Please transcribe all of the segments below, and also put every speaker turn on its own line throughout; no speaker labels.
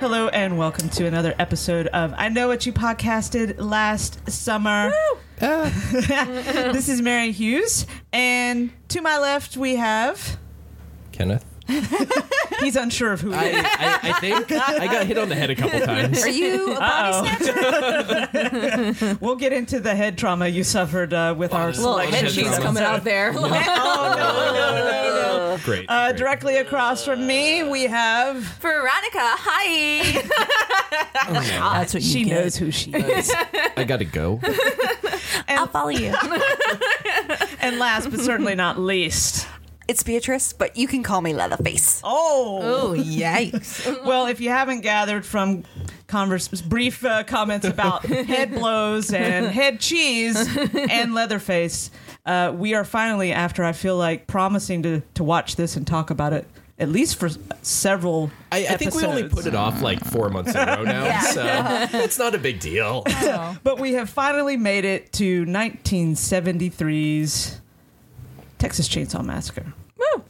Hello and welcome to another episode of I Know What You Podcasted Last Summer. this is Mary Hughes, and to my left we have.
Kenneth.
He's unsure of who. he
I,
is.
I, I think I got hit on the head a couple times.
Are you a
Uh-oh.
body snatcher?
We'll get into the head trauma you suffered uh, with our
this is
Little
Like
head
shit
cheese
drama.
coming out there.
Oh no no no no!
Great.
Uh,
great.
directly across from me we have.
Veronica, hi.
That's what you
She
get.
knows who she is.
I gotta go.
I'll follow you.
And last but certainly not least.
It's Beatrice, but you can call me Leatherface.
Oh.
oh yikes!
Well, if you haven't gathered from converse, brief uh, comments about head blows and head cheese and Leatherface, uh, we are finally, after I feel like promising to, to watch this and talk about it, at least for several
I, I think we only put it off like four months in a row now, so it's not a big deal.
But we have finally made it to 1973's Texas Chainsaw Massacre. Woo!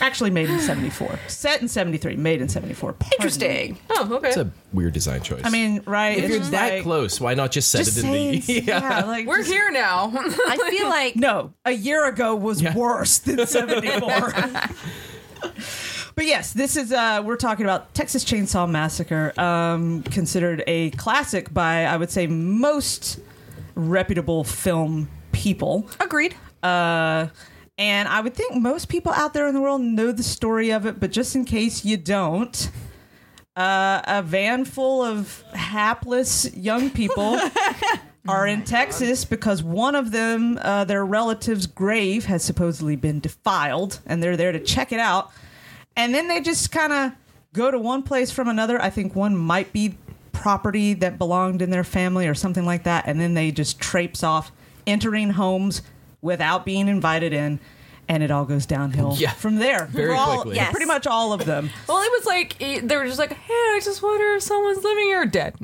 Actually made in 74. Set in 73, made in 74. Pardon me.
Interesting.
Oh, okay.
It's a weird design choice.
I mean, right?
if
it's
you're
just
that
like-
close, why not just set
Just
it in
say
the?
it's- yeah. like
We're
just-
here now.
I feel like
No, a year ago was worse than 74. but yes, this is, uh, we're talking about Texas Chainsaw Massacre, um, considered a classic by, I would say, most reputable film people.
agreed.
Uh, and I would think most people out there in the world know the story of it, but just in case you don't, uh, a van full of hapless young people are in Texas because one of them, uh, their relative's grave, has supposedly been defiled, and they're there to check it out. And then they just kind of go to one place from another. I think one might be property that belonged in their family or something like that. And then they just traipse off, entering homes without being invited in. And it all goes downhill
Yeah.
from there.
Very
We're all-
quickly.
Yes.
Pretty much all of them.
well, it was like it- they were just like, "Hey, I just wonder if someone's living or dead."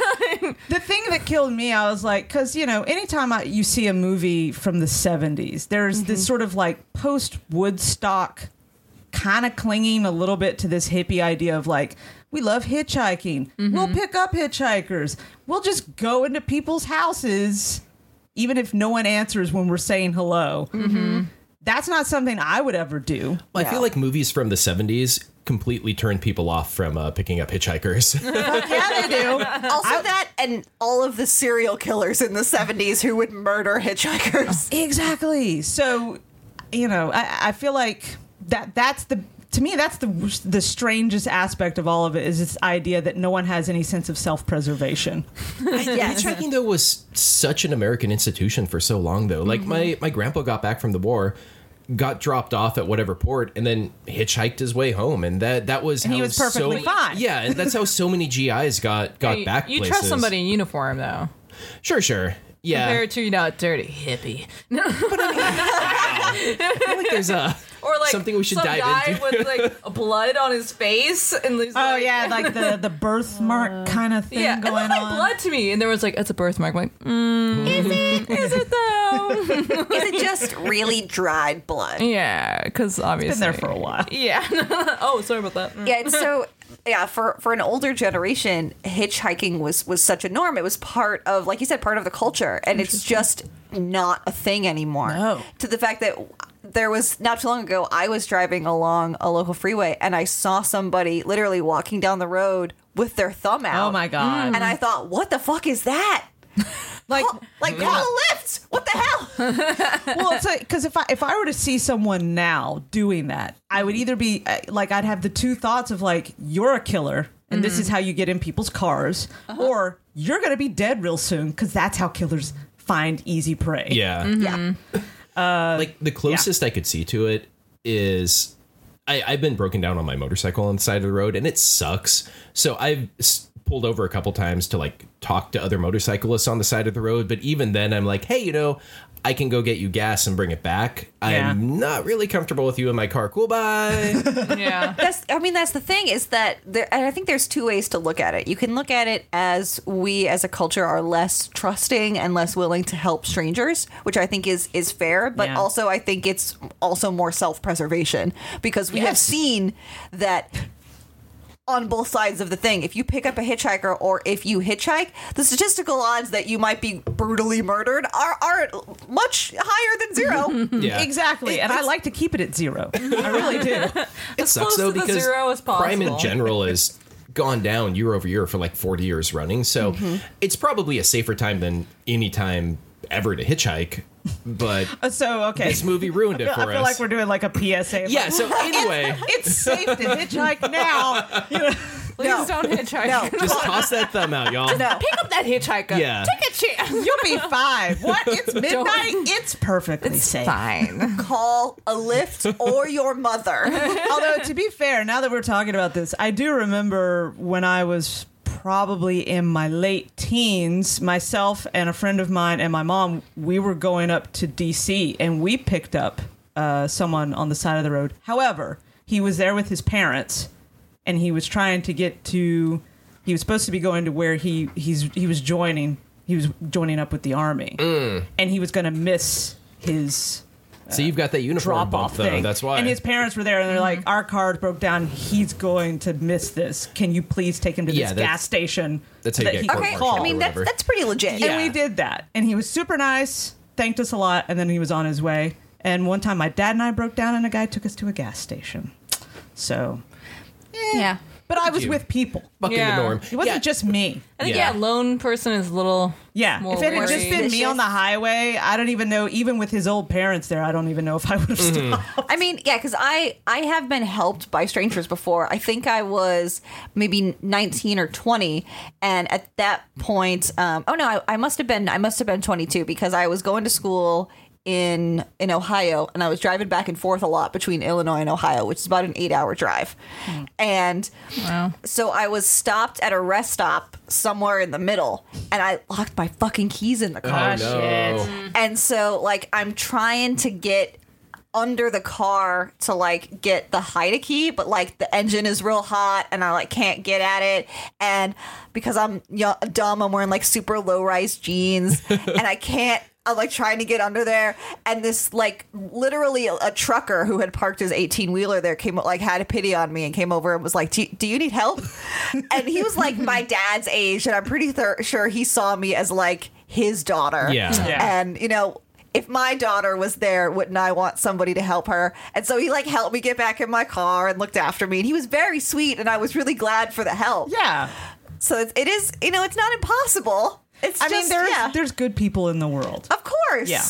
the thing that killed me, I was like, because you know, anytime I, you see a movie from the '70s, there's this sort of like post Woodstock, kind of clinging a little bit to this hippie idea of like, we love hitchhiking. We'll pick up hitchhikers. We'll just go into people's houses, even if no one answers when we're saying hello. That's not something I would ever do.
I feel like movies from the '70s completely turned people off from uh, picking up hitchhikers.
yeah, they do.
Also, that and all of the serial killers in the 70s who would murder hitchhikers.
Exactly. So, you know, I, I feel like that that's the to me that's the the strangest aspect of all of it is this idea that no one has any sense of self-preservation.
yes.
Hitchhiking though was such an American institution for so long though. Like
Mm-hmm.
my my grandpa got back from the war, got dropped off at whatever port, and then hitchhiked his way home, and that that was
And
how
he was
so-
perfectly fine.
Yeah, and that's how so many GIs got got
you
back.
you
places.
trust somebody in uniform though,
Sure, sure. Yeah,
compared to you know, a dirty hippie
I feel like there's a
or like
Something we should
some
dive
guy
into.
with like blood on his face and there's,
Oh
like-
yeah, like the the birthmark kind of thing
Uh, Yeah, it
going
looked like
on.
blood to me, and there was like, "That's a birthmark." I'm like, mm, is it? Is it though?
Is it just really dried blood?
yeah, because obviously
Been there for a while.
Yeah. oh, sorry about that. Mm.
yeah and so yeah for for an older generation hitchhiking was was such a norm it was part of like you said part of the culture and it's just not a thing anymore
No.
to the fact that there was not too long ago i was driving along a local freeway and i saw somebody literally walking down the road with their thumb out
Oh my god.
and i thought what the fuck is that
Like
Call- like call a lift what the hell
well, it's like because if I if I were to see someone now doing that, I would either be uh, like I'd have the two thoughts of like you're a killer and this
Mm-hmm.
is how you get in people's cars,
Uh-huh.
or you're gonna be dead real soon because that's how killers find easy prey.
yeah.
Mm-hmm.
yeah
like the closest I could see to it is I, I've been broken down on my motorcycle on the side of the road and it sucks. So I've s- pulled over a couple times to like talk to other motorcyclists on the side of the road, but even then I'm like, hey, you know, I can go get you gas and bring it back.
Yeah.
I'm not really comfortable with you in my car. Cool, bye.
Yeah.
that's i mean that's the thing is that there and i think there's two ways to look at it you can look at it as we as a culture are less trusting and less willing to help strangers which i think is is fair but
Yeah.
also i think it's also more self-preservation because we have
Yes.
seen that on both sides of the thing. If you pick up a hitchhiker or if you hitchhike, the statistical odds that you might be brutally murdered are, are much higher than zero.
Yeah.
Exactly. And I like to keep it at zero. I really do.
It sucks
close
though
to the
because
zero as possible.
crime in general is gone down year over year for like 40 years running. So
Mm-hmm.
it's probably a safer time than any time ever to hitchhike. But
So, okay.
this movie ruined it
I
for
feel
us.
like we're doing like a PSA. like,
yeah. So anyway,
it's safe to hitchhike now. You know,
Please don't hitchhike.
No.
just toss that thumb out, y'all.
No.
Pick up that hitchhiker.
Yeah.
Take a chance.
you'll be fine. What? It's midnight. It's perfectly safe.
Fine.
Call
a lift or your mother.
Although to be fair, now that we're talking about this, I do remember when I was probably in my late teens, myself and a friend of mine and my mom, we were going up to DC and we picked up uh, someone on the side of the road. However, he was there with his parents and he was trying to get to he was supposed to be going to where he he's he was joining he was joining up with the army and he was going to miss his
So you've got that uniform
drop
bump
off
though.
thing.
That's why.
And his parents were there, and they're like, "Our car broke down. He's going to miss this. Can you please take him to
Yeah,
this
that's-
gas station?"
that's how
so
you
that
get
he
Okay,
can
court-martialed
call?"
or
I mean, that's,
whatever.
that's pretty legit.
Yeah.
And we did that, and he was super nice, thanked us a lot, and then he was on his way. And one time, my dad and I broke down, and a guy took us to a gas station. So, eh.
Yeah.
but I was
you.
with people.
Bucking
Yeah.
the norm.
It wasn't
Yeah.
just me.
I think
Yeah.
yeah. lone person is a little.
Yeah,
More
if it had just been me
worried.
on the highway, I don't even know. Even with his old parents there, I don't even know if I would have
Mm-hmm.
stopped.
I mean, yeah, because I I have been helped by strangers before. I think I was maybe nineteen or twenty, and at that point, um, oh no, I, I must have been I must have been twenty two because I was going to school in in Ohio, and I was driving back and forth a lot between Illinois and Ohio, which is about an eight hour drive,
Hmm.
and so I was stopped at a rest stop somewhere in the middle, and I locked my fucking keys in the car.
Oh, no.
And so like I'm trying to get under the car to like get the Haida key, but like the engine is real hot and I like can't get at it. And because I'm yo dumb, I'm wearing like super low rise jeans and I can't. I'm like trying to get under there, and this like literally a, a trucker who had parked his 18 wheeler there came like had a pity on me and came over and was like, "Do you, do you need help?" and he was like my dad's age, and I'm pretty thir- sure he saw me as like his daughter.
Yeah. Yeah.
And you know, if my daughter was there, wouldn't I want somebody to help her? And so he like helped me get back in my car and looked after me. And he was very sweet, and I was really glad for the help.
yeah,
So it, it is, you know, it's not impossible. It's
I mean,
just,
there's
yeah.
there's good people in the world.
of course.
Yeah.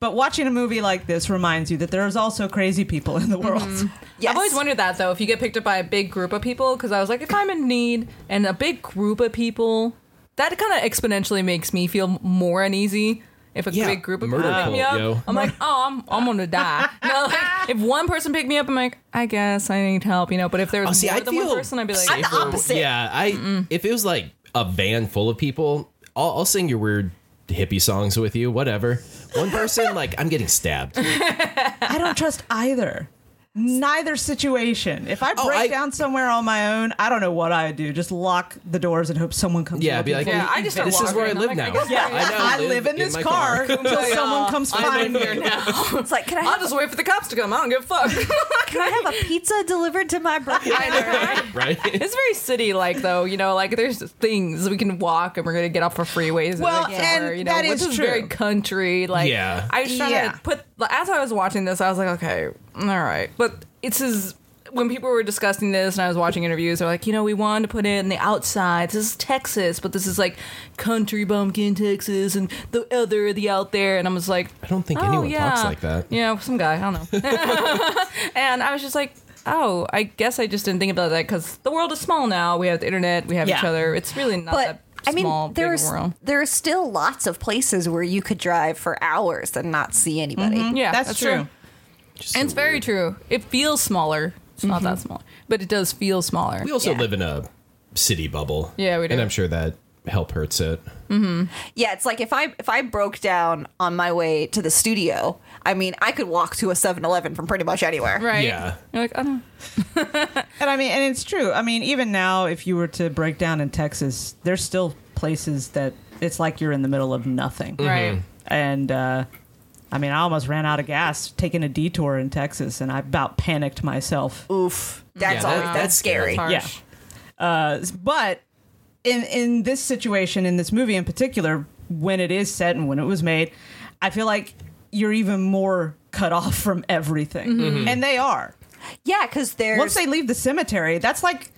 But watching a movie like this reminds you that there's also crazy people in the world.
Yes.
I've always wondered that though, if you get picked up by a big group of people, because I was like, if I'm in need and a big group of people, that kind of exponentially makes me feel more uneasy. If a
Yeah,
big group of
murder
people pick me
cult,
up,
yo.
I'm like, oh, I'm, I'm gonna die. No, like, if one person picked me up, I'm like, I guess I need help, you know. But if there was
Oh, see,
more
I
than
feel
one person, I'd be like,
I'm the
safer-
opposite.
Yeah, I if it was like a van full of people, I'll, I'll sing your weird hippie songs with you, whatever. One person, like I'm getting stabbed.
I don't trust either. Neither situation. If I break
Oh, I-
down somewhere on my own, I don't know what I would do. Just lock the doors and hope someone comes.
Yeah,
looking
be like,
for me.
Yeah, I just start
this is
walking.
where I
I'm
live
like, I
now.
guess
yeah.
I
know,
I, live in this
my
car until
Like,
someone
uh,
comes
I
find
live here
me.
now.
It's like, can I,
I'll
have,
just wait for the cops to come. I don't give a fuck.
can I have a pizza delivered to my brother?
Right?
It's very city like though, you know, like there's things we can walk and we're gonna get off our freeways.
Well,
and, like, somewhere,
and
you know,
that
which
is
is very
true.
country. Like,
Yeah.
I was trying
Yeah.
to put as I was watching this, I was like, okay, all right, but it's as when people were discussing this and I was watching interviews, they're like, you know, we wanted to put it in the outsides. This is Texas, but this is like country bumpkin Texas and the other, the out there. And I was like,
I don't think
Oh,
anyone
yeah.
talks like that.
Yeah, some guy. I don't know. and I was just like, oh, I guess I just didn't think about that because the world is small now. We have the internet. We have each
Yeah.
other. It's really not
but
that
I mean,
small, big
there's
world.
there are still lots of places where you could drive for hours and not see anybody.
Yeah,
That's true.
Just
And it's
so
very
weird.
true. It feels smaller. It's not that small, but it does feel smaller.
We also live in a city bubble.
Yeah, we do.
And I'm sure that help hurts it.
Yeah, it's like if I if I broke down on my way to the studio, I mean, I could walk to a 7-Eleven from pretty much anywhere.
right?
Yeah.
You're like, I don't.
And I mean, and it's true. I mean, even now, if you were to break down in Texas, there's still places that it's like you're in the middle of nothing.
Right.
and uh, I mean, I almost ran out of gas taking a detour in Texas, and I about panicked myself.
Oof. That's
Yeah, that-
always that's,
that's
scary.
Harsh.
Yeah. Uh, but in in this situation, in this movie in particular, when it is set and when it was made, I feel like you're even more cut off from everything, and they are.
Yeah, because there's
Once they leave the cemetery, that's like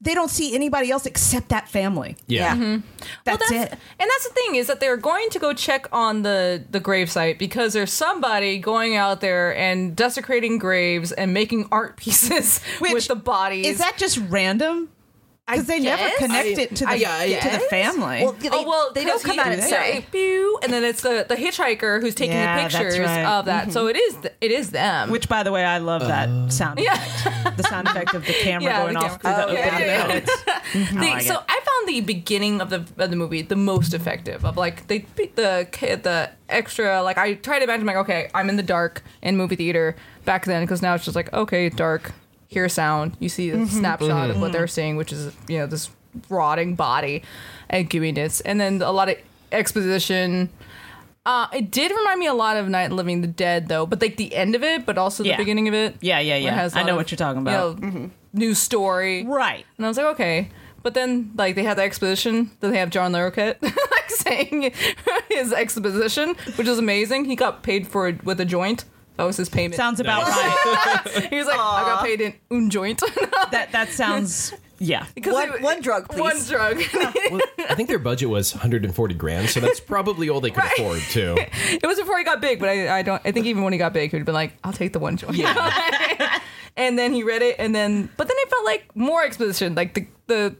they don't see anybody else except that family.
Yeah.
Mm-hmm.
Mm-hmm.
That's,
well,
it.
And that's the thing is that they're going to go check on the the gravesite because there's somebody going out there and desecrating graves and making art pieces
Which-
with the bodies.
Is that just random? Because they never
guess.
connect it to the
I- I-
to the family.
well, they,
oh well,
they don't
'cause
come
he-
out and
they-
say.
pew, and then it's the the hitchhiker who's taking
Yeah,
the
that's
pictures
right.
of that. So it is th- it is them.
Which, by the way, I love that sound
Uh, Yeah.
effect. the sound effect of the camera
Yeah, the
going off through
camera.
the
Oh,
open
yeah, yeah, yeah.
vents.
The-
like
so
it.
I found the beginning of the of the movie the most effective. Of like they beat the kid the extra like I tried to imagine like okay I'm in the dark in movie theater back then because now it's just like okay dark hear sound you see
Mm-hmm.
a snapshot of what they're seeing which is you know this rotting body and gooiness and then a lot of exposition. Uh, it did remind me a lot of Night of the Living the Dead though, but like the end of it, but also the
Yeah.
beginning of it.
Yeah, yeah,
where it
yeah.
has a
I
lot
know what you're talking about.
You know, New story,
Right.
and I was like, okay. But then, like, they had the exposition. Then they have John Larroquette, like, saying his exposition, which is amazing. He got paid for it with a joint. That was his payment.
Sounds about right.
he was like, I got paid in un joint.
That that sounds yeah.
'Cause
One-
it-
one drug, please.
One drug.
Well, I think their budget was 140 grand, so that's probably all they could afford too.
it was before he got big, but I, I don't. I think even when he got big, he'd have been like, I'll take the one joint. and then he read it, and then, but then I felt like more exposition, like the the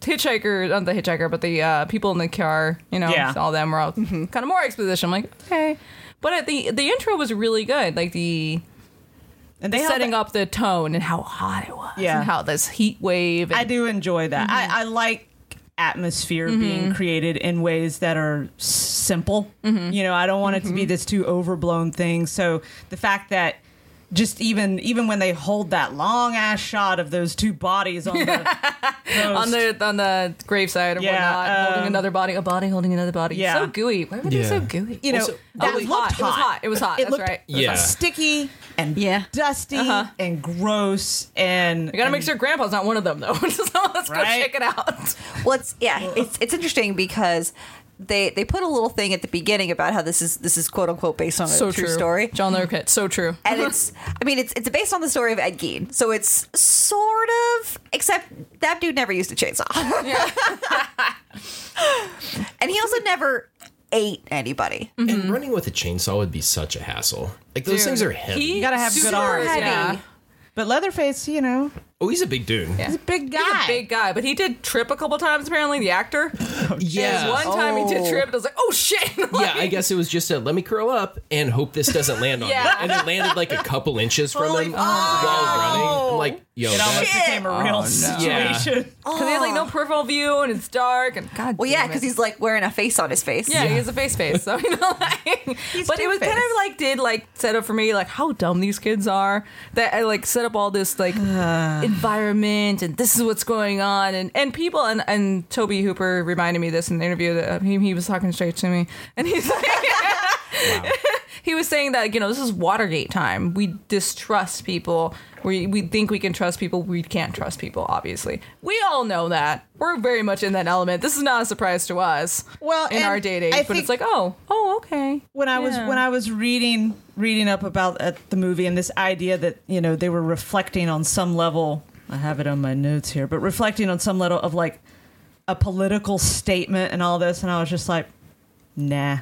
hitchhiker, not the hitchhiker, but the uh, people in the car. You know,
Yeah. Mm-hmm.
all them were all kind of more exposition. I'm like, okay, but at the the intro was really good, like the.
And they
setting
setting up.
up the tone and how hot it was,
Yeah.
and how this heat wave. And,
I do enjoy that.
Mm-hmm.
I, I like atmosphere being created in ways that are s- simple.
Mm-hmm.
You know, I don't want it to be this too overblown thing. So the fact that just even even when they hold that long ass shot of those two bodies on the
on the on the graveside or
Yeah,
whatnot,
um,
holding another body, a body holding another body.
Yeah.
So gooey. Why were they
Yeah.
so gooey?
you know
Also,
that
oh, it was
looked
hot. It was hot. It was hot. That's
looked
right. It
it
was
Yeah.
looked sticky and
Yeah.
dusty and gross and
You gotta make sure grandpa's not one of them though. so let's go
Right.
check it out.
Well, it's yeah, it's it's interesting because they they put a little thing at the beginning about how this is this is quote unquote based on a true, story.
John Larroquette. So true.
And it's, I mean, it's it's based on the story of Ed Gein, so it's sort of, except that dude never used a chainsaw, and he also never ate anybody.
Mm-hmm.
And running with a chainsaw would be such a hassle. Like those things are heavy.
He-
You gotta have good
super
arms.
heavy.
Yeah.
But Leatherface, you know,
oh, he's a big dude.
Yeah.
he's a big guy.
He's a big guy, but he did trip a couple times apparently, the actor.
Yeah.
There's One time he did trip, and I was like, oh shit.
yeah, I guess it was just a let me curl up and hope this doesn't land on
Yeah.
me. And it landed like a couple inches from
Holy
him
fuck.
while running. I'm like, yo,
it almost
that's-
became a real
Oh, no.
situation.
Because he had like no
Oh.
peripheral view and it's dark and god
Well, yeah, because he's like wearing a face on his face.
yeah, he has a face face, so you know, like, but it was kind of
two-faced.
like did like set up for me like how dumb these kids are that I like set up all this like environment and this is what's going on and and people and and Toby Hooper reminded me this in the interview that uh, he he was talking straight to me and he's like. He was saying that you know this is Watergate time. We distrust people. We we think we can trust people. We can't trust people. Obviously, we all know that. We're very much in that element. This is not a surprise to us
Well,
in
and
our dating,
I
but it's
think-
like, oh, oh, okay.
When I was
Yeah.
when I was reading reading up about at the movie and this idea that you know they were reflecting on some level. I have it on my notes here, but reflecting on some level of like a political statement and all this, and I was just like, nah,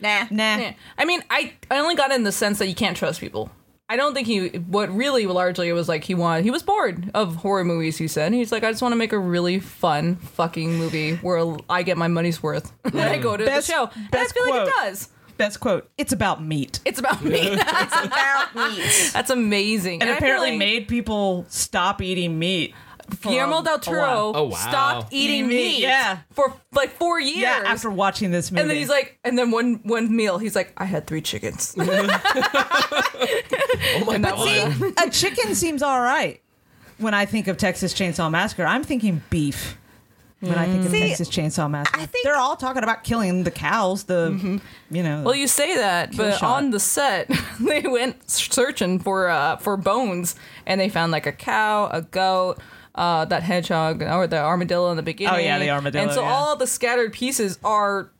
nah,
nah.
Yeah. I mean, I I only got in the sense that you can't trust people. I don't think he. What really largely it was like he wanted. He was bored of horror movies. He said he's like, I just want to make a really fun fucking movie where I get my money's worth when I go to
Best-
the show. And I
best
feel like it
quote.
does.
Best quote. It's about meat.
It's about me.
it's about meat.
That's amazing.
and
I feel
apparently
like
made people stop eating meat. for
Guillermo del
a while.
Toro
Oh, wow.
stopped eating
Eating meat,
meat.
yeah.
For like four years.
Yeah, after watching this movie,
and then he's like, and then one one meal, he's like, I had three chickens.
oh my god.
a chicken seems all right. When I think of Texas Chainsaw Massacre, I'm thinking beef. When I think of Texas Chainsaw Massacre,
I think-
they're all talking about killing the cows. The you know,
Well, you say that, but
shot.
on the set, they went searching for uh, for bones, and they found like a cow, a goat, uh, that hedgehog or the armadillo in the beginning.
Oh, yeah, the armadillo,
And so
yeah.
all the scattered pieces are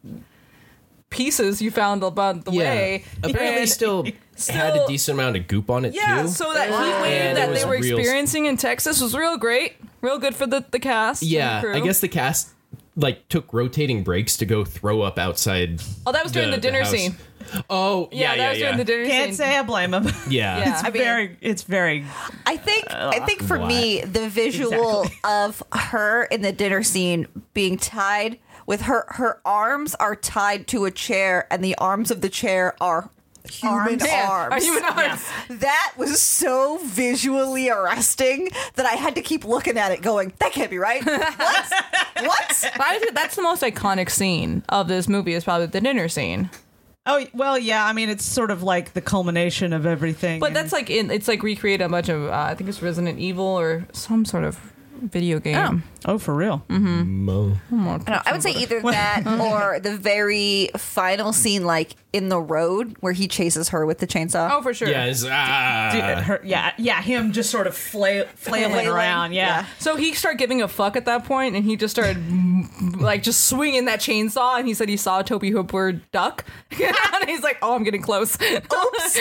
pieces you found along the way.
Apparently,
And-
still, had a
Still-
decent amount of goop on it
yeah,
too.
so that heat
Yeah,
wave
there
that
was
they were
real-
experiencing in Texas was real great, real good for the the cast. and the
yeah, I
crew.
guess the cast like took rotating breaks to go throw up outside.
Oh, that was during the, dinner
house.
scene.
Oh, yeah,
Yeah,
yeah,
that was
yeah.
during the dinner
Can't
scene.
say I blame him.
yeah.
Yeah.
it's
I
mean-
very, it's very.
I think I think for
What?
me the visual
Exactly.
of her in the dinner scene being tied with her her arms are tied to a chair and the arms of the chair are human arms.
Yeah, Are you in arms?
That was so visually arresting that I had to keep looking at it going, that can't be right. What? what?
But I think that's the most iconic scene of this movie is probably the dinner scene.
Oh well, yeah. I mean, it's sort of like the culmination of everything.
But that's like in, it's like recreate a bunch of uh, I think it's Resident Evil or some sort of video game.
oh, for real.
Mo.
No, I would say either that or the very final scene, like in the road where he chases her with the chainsaw.
Oh, for sure.
Yeah, it's- ah.
Dude, her- yeah, yeah. Him just sort of fla- flailing
Flailing,
around. Yeah.
yeah.
So he started giving a fuck at that point, and he just started mm, like just swinging that chainsaw. And he said he saw a Toby Hooper duck, and he's like, "Oh, I'm getting close." Oops.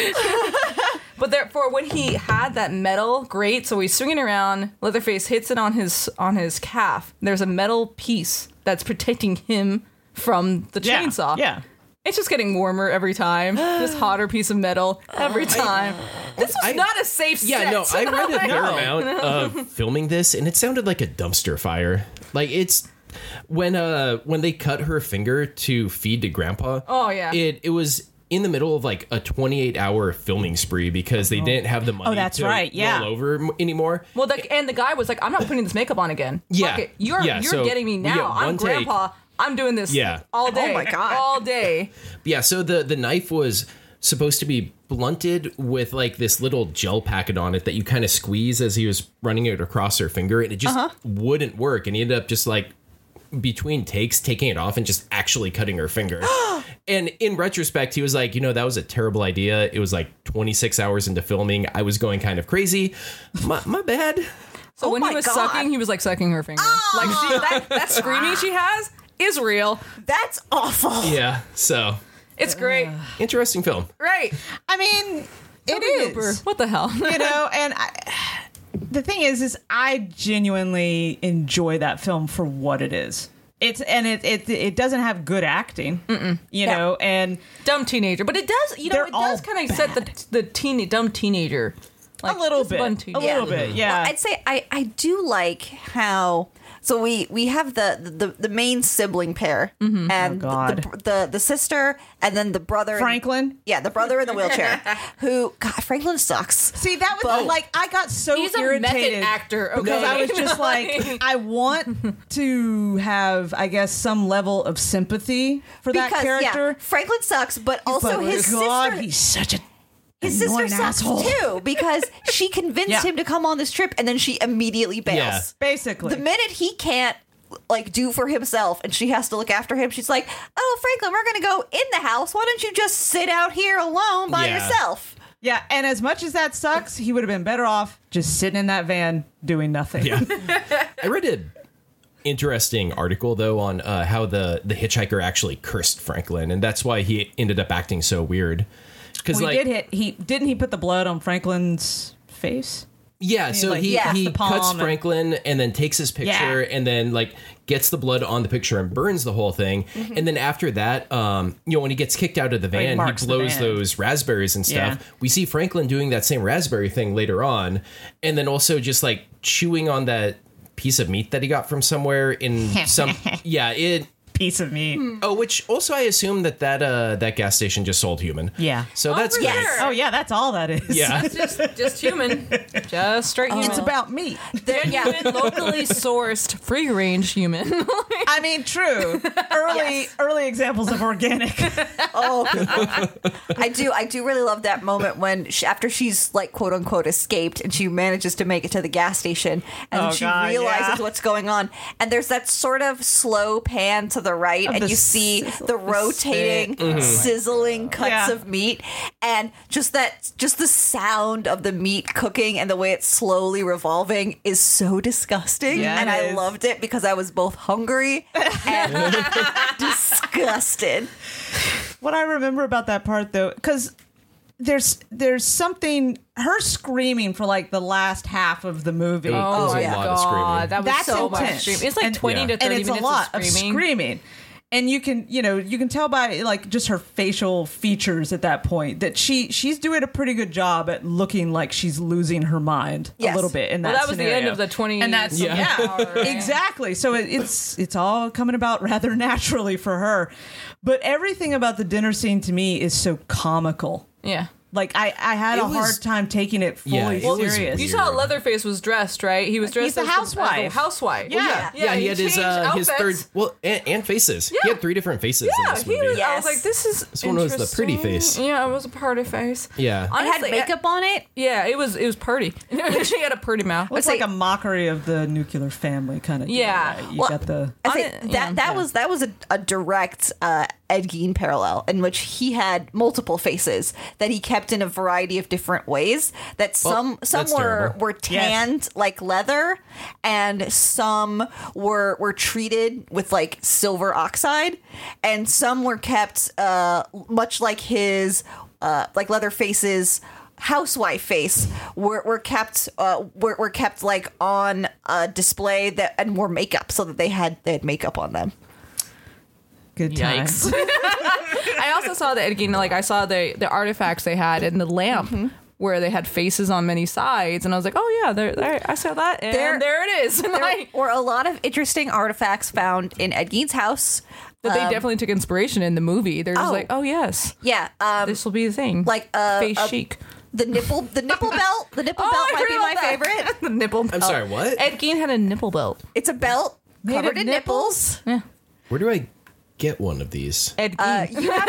but therefore, when he had that metal grate, so he's swinging around. Leatherface hits it on his on his calf. There's a metal piece that's protecting him from the
Yeah.
chainsaw.
Yeah.
It's just getting warmer every time. This hotter piece of metal every time. This was
I-
not a safe
Yeah,
set.
no, I read a fair amount of filming this, and it sounded like a dumpster fire. Like it's when uh when they cut her finger to feed to Grandpa.
Oh, yeah.
it it was. In the middle of like a 28 hour filming spree because they didn't have the money
Oh. that's
to
right, yeah.
roll over m- anymore.
Well, the, and the guy was like, "I'm not putting this makeup on again.
Yeah.
Fuck it. you're
Yeah,
you're
so
getting me
we get
now.
one
I'm
take.
grandpa. I'm doing this.
Yeah. Oh
all day.
my God.
all day.
Yeah, so the the knife was supposed to be blunted with like this little gel packet on it that you kind of squeeze as he was running it across her finger, and it just wouldn't work. And he ended up just like between takes taking it off and just actually cutting her finger. and in retrospect, he was like, you know, that was a terrible idea. It was like 26 hours into filming. I was going kind of crazy. My, my bad. Oh
So when
my
he was
God.
sucking, he was like sucking her finger. Like she, that, that screaming she has is real.
That's awful.
Yeah, so
It's great.
interesting film.
Right.
I mean, it
Toby
is.
Hooper. What the hell?
you know and I, the thing is is i genuinely enjoy that film for what it is it's and it it, it doesn't have good acting you know and
dumb teenager, but it does. You know,
They're
it does
all
kind of set the the teen dumb teenager. Like,
a little
just
bit
fun
a
teenager.
little bit yeah
Mm-hmm. I'd say I, I do like how so we we have the the, the main sibling pair and
Oh, God.
the, the the sister and then the brother
Franklin?
yeah the brother in the wheelchair who God Franklin sucks
See that was
But-
like I got so
He's a
irritated
method actor,
because
okay?
I was just like I want to have I guess some level of sympathy for that
because yeah
character.
Franklin sucks but also
but
his
God,
sister
he's such a
his sister
annoying
sucks
asshole.
too because she convinced
Yeah.
him to come on this trip and then she immediately bails.
Yeah.
Basically,
the minute he can't like do for himself and she has to look after him she's like oh franklin we're gonna go in the house why don't you just sit out here alone by
Yeah.
yourself
Yeah, and as much as that sucks, he would have been better off just sitting in that van doing nothing.
Yeah. I read an interesting article though on uh, how the the hitchhiker actually cursed Franklin, and that's why he ended up acting so weird. Because
we
like,
did hit. He didn't he put the blood on Franklin's face?
yeah, so
like,
he
yeah,
he
the palm
cuts
and-
Franklin and then takes his picture
Yeah.
and then like gets the blood on the picture and burns the whole thing.
Mm-hmm.
And then after that, um, you know, when he gets kicked out of the van, he,
marks the
blows
van.
those raspberries and stuff.
Yeah.
We see Franklin doing that same raspberry thing later on, and then also just like chewing on that piece of meat that he got from somewhere in some yeah it
Piece of meat.
Oh, which also I assume that that uh that gas station just sold human.
Yeah.
So
Oh,
that's
for
great.
sure.
Oh yeah, that's all that is.
Yeah.
Just, just human, just straight human.
it's about meat.
genuine, locally sourced, free range human.
I mean, true. Early early examples of organic.
oh i do i do really love that moment when she, after she's like quote unquote escaped and she manages to make it to the gas station and
Oh,
she
God,
realizes
yeah.
what's going on and there's that sort of slow pan to the right, and
the
you see
sizzle-
the
the
rotating, sizzling cuts
Yeah.
of meat, and just that, just the sound of the meat cooking and the way it's slowly revolving is so disgusting.
Yeah,
and
it
I
is.
loved it because I was both hungry and disgusted.
what I remember about that part though, because there's there's something her screaming for like the last half of the movie.
It was a lot of screaming.
that was
That's
so
intense.
much screaming. It's like
And-
twenty to
Yeah.
thirty
and it's
minutes
a lot
of screaming.
And you can, you know, you can tell by like just her facial features at that point that she she's doing a pretty good job at looking like she's losing her mind
Yes.
a little bit. In
well,
that,
that was the end
scenario.
of the twenty.
and that's
something
yeah,
hour, right?
exactly so it, it's it's all coming about rather naturally for her but everything about the dinner scene to me is so comical
Yeah.
like i i had
It
a
was-
hard time taking it fully
Yeah, it was
serious
You
weird.
saw Leatherface was dressed, right? He was dressed
the
as
housewife.
as the housewife.
Well, yeah.
yeah, he, had his
changed
uh, his third
outfits.
well and, and faces. He
Yeah.
had three different faces in
Yeah,
this
he
movie.
was. I was
Yes.
like, this is. This
one was the pretty face.
Yeah, it was a party face.
Yeah.
I
It had makeup on it.
yeah, it was. It was purty. she had a purty mouth.
it's
say-
like a mockery of the nuclear family kind of
Yeah.
you
Well,
got the
I
On
think
it-
that
yeah.
that was that was a, a direct uh, Ed Gein parallel in which he had multiple faces that he kept in a variety of different ways. That some some
that's
were
terrible.
were tanned like leather, and some were were treated with like silver oxide, and some were kept uh, much like his uh, like Leatherface's housewife face were, were kept uh, were, were kept like on a display that and wore makeup so that they had they had makeup on them.
good times
I also saw the Ed Gein, like I saw the the artifacts they had and the lamp where they had faces on many sides, and I was like, oh yeah, there, there I saw that, and
There-
there, it is. And
There
like,
were a lot of interesting artifacts found in Ed Gein's house.
that they definitely took inspiration in the movie. They're just
Oh.
like, um, oh yes,
Yeah, um,
this will be the thing.
like, uh,
face
uh,
chic.
the nipple the nipple belt the nipple
Oh,
belt
I
might
heard
be
about
my
that. the
favorite.
nipple.
I'm sorry, what?
Ed Gein had a nipple belt.
It's a belt
of
covered in nipples.
Where do I get one of these?
Ed
Uh,
Gein.
you, have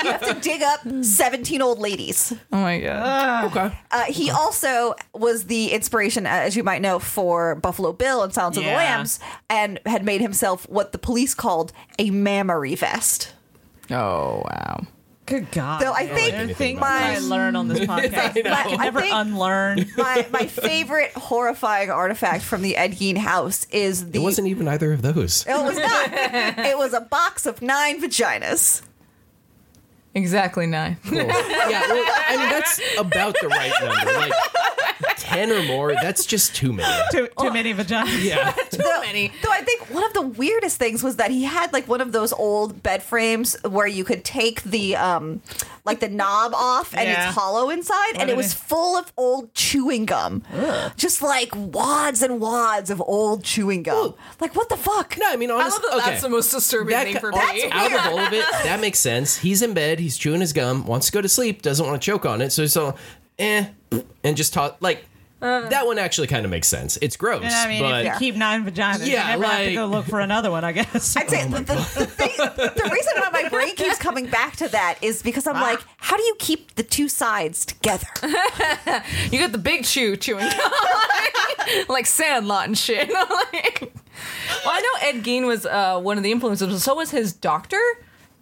to, you have to dig up
Hmm.
seventeen old ladies.
oh my
Ah.
god. okay.
Uh, he also was the inspiration, uh, as you might know, for Buffalo Bill and Silence of the
Yeah.
Lambs, and had made himself what the police called a mammary vest.
Oh wow.
good god
So I
Yeah.
think
There are
anything
things
about
i
that.
learn on this podcast
know.
i can
I
never
think-
unlearn
My, my favorite horrifying artifact from the Ed Gein house is the. Oh,
It wasn't even either of those.
It was not. it was a box of nine vaginas.
Exactly nine.
Cool. yeah, well, I mean that's about the right number. Like ten or more, that's just too many.
too, too many vaginas
Yeah.
though,
many.
Though I think one of the weirdest things was that he had like one of those old bed frames where you could take the um like the knob off and
Yeah.
it's hollow inside and
did
it was
I-
full of old chewing gum. Just like wads and wads of old chewing gum. Like what the fuck?
No, I mean
I
honestly,
love that.
okay.
That's the most disturbing
That
thing
ca-
for
that's
me.
out of all of it, that makes sense. He's in bed, he's chewing his gum, wants to go to sleep, doesn't want to choke on it, so he's all, eh, and just talk. Like, that one actually kind of makes sense. It's gross,
And I mean,
but
if you keep nine vaginas,
Yeah,
you never have to
like-
go look for another one, I guess.
I'd say the, the, the, thing, the reason why my brain keeps coming back to that is because
Ah.
I'm like, how do you keep the two sides together?
You got the big chew chewing gum, like Sandlot and shit. Like- well, I know Ed Gein was uh, one of the influences, but so was his doctor.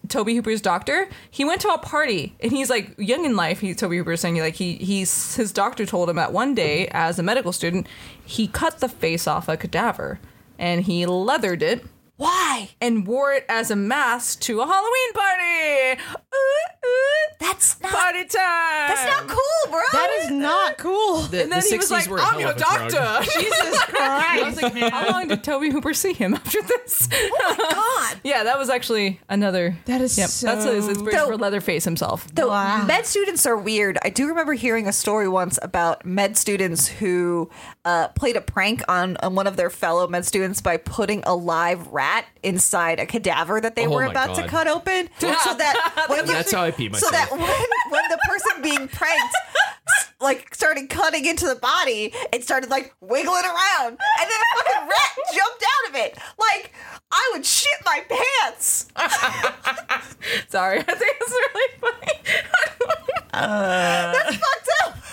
Toby Hooper's doctor, he went to a party and he's like young in life. He Toby Hooper's saying like he he's his doctor told him that one day as a medical student he cut the face off a cadaver and he leathered it
Why?
and wore it as a mask to a Halloween party. Ooh, ooh,
Uh, That's not
party time.
That's not cool, bro.
that is not cool.
the,
And then
the
he
60s
was like,
were a
"I'm
hell
your
of a drug.
doctor."
Jesus Christ. I was like, man,
How long did Toby Hooper see him after this?
God.
yeah, that was actually another.
That is
yep, that's
so-
his inspiration
So-
for Leatherface himself.
Though
Wow.
med students are weird. I do remember hearing a story once about med students who uh, played a prank on, on one of their fellow med students by putting a live rat inside a cadaver that they
Oh
were
my
about to
God.
cut open, so that when you-
That's how I pee myself.
So that when, when the person being pranked. s- Like started cutting into the body, it started like wiggling around, and then a fucking rat jumped out of it. Like I would shit my pants.
Sorry, I think it's really funny.
Fucked up.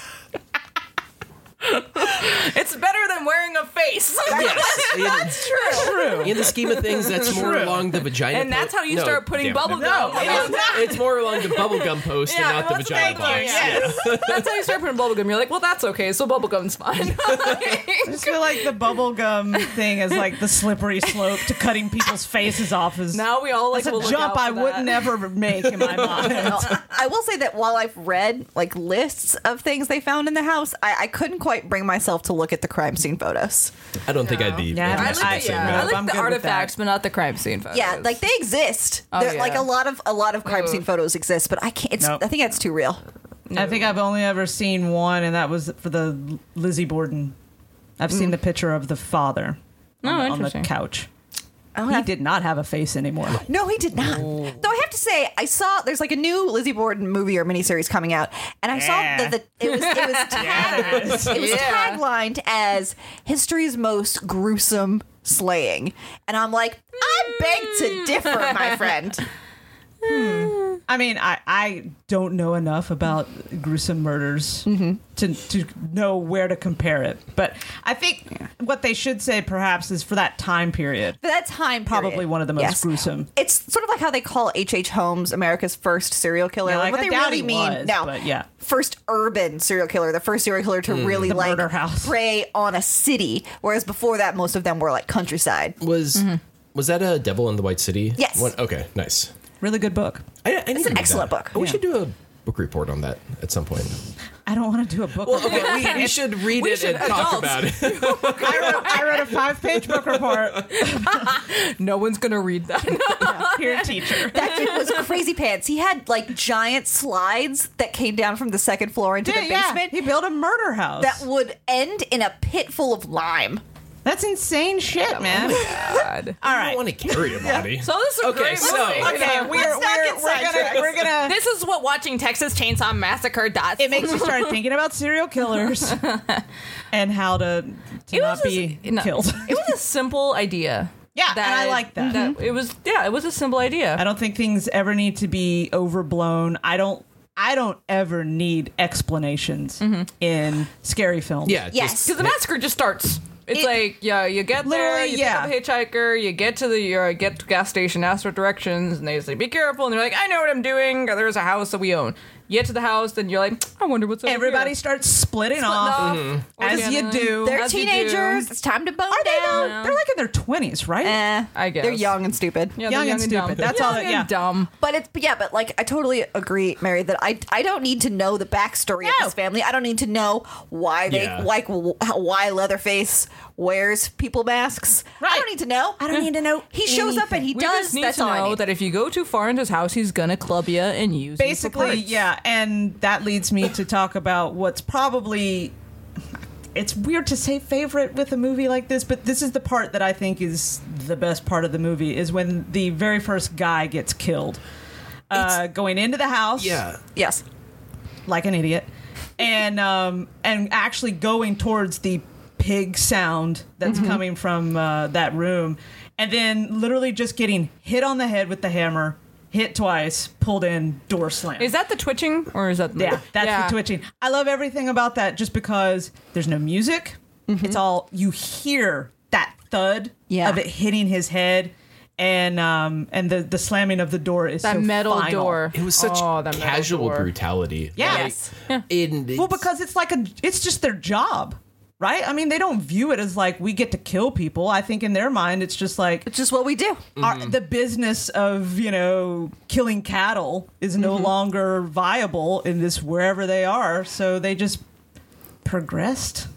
It's better than and wearing a face.
Yes, that's
true.
True.
In the scheme of things, that's more
True.
along the vagina.
And that's how you start putting bubble
bubblegum.
gum.
It's more along the bubblegum post
Yeah,
and not the
what's
vagina
the
box.
thank you, That's how you start putting bubble gum. You're like, well, that's okay. So bubble gum's fine.
I just feel like the bubblegum thing is like the slippery slope to cutting people's faces off is
now we all like
that's
will
a
look out
jump
for
I would
that.
never make in my mind.
Well, I will say that while I've read like lists of things they found in the house, I, I couldn't quite bring myself to look at the crime scene photos.
I don't think I'd be.
Yeah,
I
interested in
like,
I-
the,
seeing
yeah,
that.
I like
I'm
the
good with
artifacts,
that. Mm.
but not the crime scene photos.
Yeah, like they exist.
Oh,
They're- Like
yeah.
a lot of a lot of crime scene
Ugh.
photos exist, but I can't. It's,
Nope.
I think that's too real.
I think I've only ever seen one, and that was for the Lizzie Borden. I've seen the picture of the father
Oh,
on, the- on the
interesting.
couch.
Oh,
He did not have a face anymore.
No, he did not. Though I have to say, I saw there's like a new Lizzie Borden movie or miniseries coming out, and I
Yeah.
saw that the, it was it was tagged, it was
Yeah.
taglined as history's most gruesome slaying, and I'm like, I beg to differ, my friend.
I mean, I, I don't know enough about gruesome murders to, to know where to compare it. But I think what they should say, perhaps, is for that time period,
For that time, period.
probably one of the most
Yes.
gruesome.
It's sort of like how they call H.H. H. Holmes America's first serial killer.
Yeah, like,
like, what
I
they
doubt
really
he
mean
was,
now.
but yeah.
First urban serial killer, the first serial killer to really
The
like
murder house.
prey on a city. Whereas before that, most of them were like countryside.
Was
Mm-hmm.
was that a Devil in the White City?
Yes.
One? Okay, nice.
Really good book.
I, I need
It's
to
an
read
excellent
that.
book.
We
Yeah.
should do a book report on that at some point.
I don't want to do a book.
Well,
report.
okay, we, we should read
we
it
should-
and talk
adults.
about it.
I, wrote, I wrote a five page book report.
no one's gonna read that.
Here, teacher.
That kid was crazy pants. He had like giant slides that came down from the second floor into the basement
He built a murder house.
that would end in a pit full of lime.
That's insane shit, man.
God.
All
I
right.
want to carry a body.
So this is a
okay,
great
so
movie.
Okay, we're, we're, we're gonna we're gonna
This is what watching Texas Chainsaw Massacre does.
it makes you start thinking about serial killers and how to, to not be
a, no.
killed.
it was a simple idea.
Yeah, and I like that.
It was yeah, it was a simple
I
idea.
don't think things ever need to be overblown. I don't I don't ever need explanations in scary films.
yeah,
Yes.
just
Because the massacre just starts. It's
It-
like yeah, you get there,
Literally,
you
yeah.
pick up a hitchhiker, you get to the you get to gas station, ask for directions, and they say be careful, and they're like, I know what I'm doing. There's a house that we own. You get to the house, and you're like, I wonder what's over
Everybody
here. Mm-hmm.
starts splitting off,
off.
as you
Organically.
do.
They're
As you do.
teenagers. It's time to bone
Are they
down.
though? They're like in their twenties, right?
Eh,
I guess.
they're young and stupid.
Yeah,
Young
they're
and stupid.
dumb.
That's
young
all that- yeah.
And dumb.
But it's but yeah, but like I totally agree, Mary, that I I don't need to know the backstory of
No.
this family. I don't need to know why they
Yeah.
like wh- how- why Leatherface wears people masks. I
Right.
don't need to know. I don't need to know. He shows up and he
We
does.
just need
That's
to
all I
know
need.
that if you go too far into his house, he's gonna club you and use you for
basically
parts.
yeah and that leads me to talk about what's probably it's weird to say favorite with a movie like this but this is the part that i think is the best part of the movie is when the very first guy gets killed uh, going into the house
yeah.
yes.
like an idiot and um and actually going towards the pig sound that's coming from uh, that room and then literally just getting hit on the head with the hammer hit twice pulled in door slammed
Is that the twitching or is that the
yeah, that's the twitching. I love everything about that just because there's no music.
Mm-hmm.
It's all you hear that thud
Yeah.
of it hitting his head and um and the the slamming of the door is
That
so
metal
final.
door.
It was such
Oh, that metal
casual
door.
brutality.
Yeah.
Like,
Yes.
in-
Well, because it's like a it's just their job, right? I mean, they don't view it as like we get to kill people. I think in their mind it's just like
It's just what we do.
our, the business of you know killing cattle is no
Mm-hmm.
longer viable in this wherever they are so they just progressed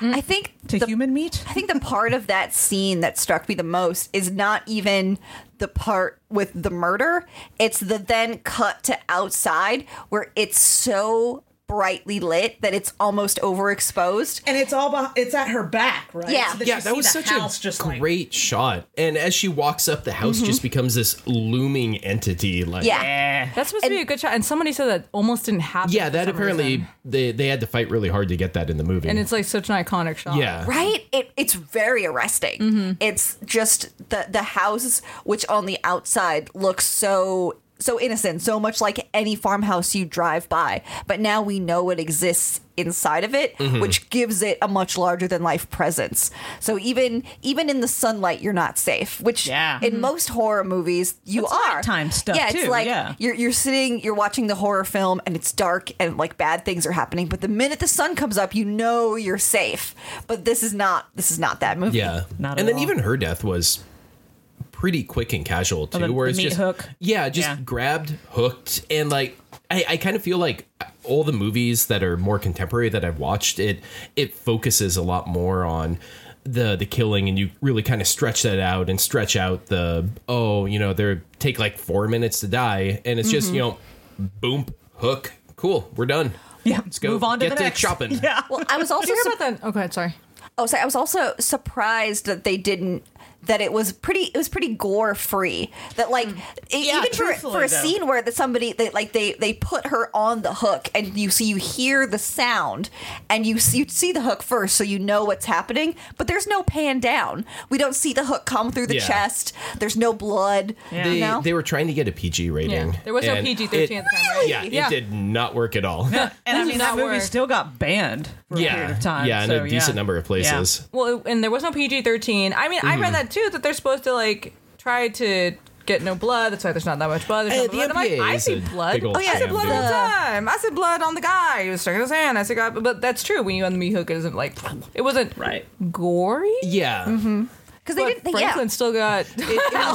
I think
to
the
human meat
I think the part of that scene that struck me the most is not even the part with the murder. It's the then cut to outside where it's so brightly lit that it's almost overexposed.
and it's all beh- it's at her back right
Yeah.
So that
yeah,
you
that
see
was
the
such
house
a
just like-
great shot. And as she walks up, the
Mm-hmm.
house just becomes this looming entity. Like,
Yeah.
Eh.
That's supposed to be a good shot, and somebody said that almost didn't happen.
yeah,
for
that
some
apparently
reason.
they they had to fight really hard to get that in the movie.
and it's like such an iconic shot.
yeah,
Right? It it's very arresting.
Mm-hmm.
It's just the the house which on the outside looks so so innocent, so much like any farmhouse you drive by. But now we know it exists inside of it,
Mm-hmm.
which gives it a much larger than life presence. So even even in the sunlight, you're not safe. Which
Yeah.
in most horror movies you
It's
are
nighttime stuff,
Yeah, it's
too,
like
yeah.
you're you're sitting, you're watching the horror film, and it's dark and like bad things are happening. But the minute the sun comes up, you know you're safe. But this is not this is not that movie.
Yeah.
Not at
and then
all.
even her death was pretty quick and casual too,
the- Oh, the
where it's
meat
just
hook.
yeah, just
Yeah.
grabbed, hooked, and like I, I kind of feel like all the movies that are more contemporary that I've watched, it it focuses a lot more on the the killing and you really kind of stretch that out and stretch out the oh, you know, they take like four minutes to die and it's
Mm-hmm.
just, you know, boom, hook, cool, we're done.
Yeah,
Let's go
move on to
get
the
to
next.
chopping.
Yeah,
Well, I was
Did
also
you hear
sur-
about that? Oh, go ahead. Sorry.
oh, sorry, I was also surprised that they didn't that it was pretty it was pretty gore free that like e-
Hmm. Yeah,
even for,
truthfully,
for
though.
a scene where that somebody they like they they put her on the hook and you see you hear the sound and you see, you see the hook first so you know what's happening but there's no pan down we don't see the hook come through the
Yeah.
chest there's no blood
Yeah.
They,
you know?
they were trying to get a PG rating.
There was no
and
PG-13
it-
at the time, right?
Yeah,
Yeah.
it did not work at all.
and I
This
mean that
does not
movie
work.
still got banned for a period of time.
Yeah, in
so,
a decent number of places.
Well, and there was no PG thirteen. I mean, I read that too that they're supposed to like try to get no blood. That's why there's not that much blood. There's
Hey,
no blood.
the
I'm like,
MPA
I
is
see
a
blood.
big old
Oh yeah, I see
sham,
blood all
dude.
the time. I see blood on the guy who was stuck in his hand. I see God, but that's true. When you on the meat hook, it isn't like it wasn't
Right.
gory.
Yeah,
because they
But
didn't yeah.
Franklin still got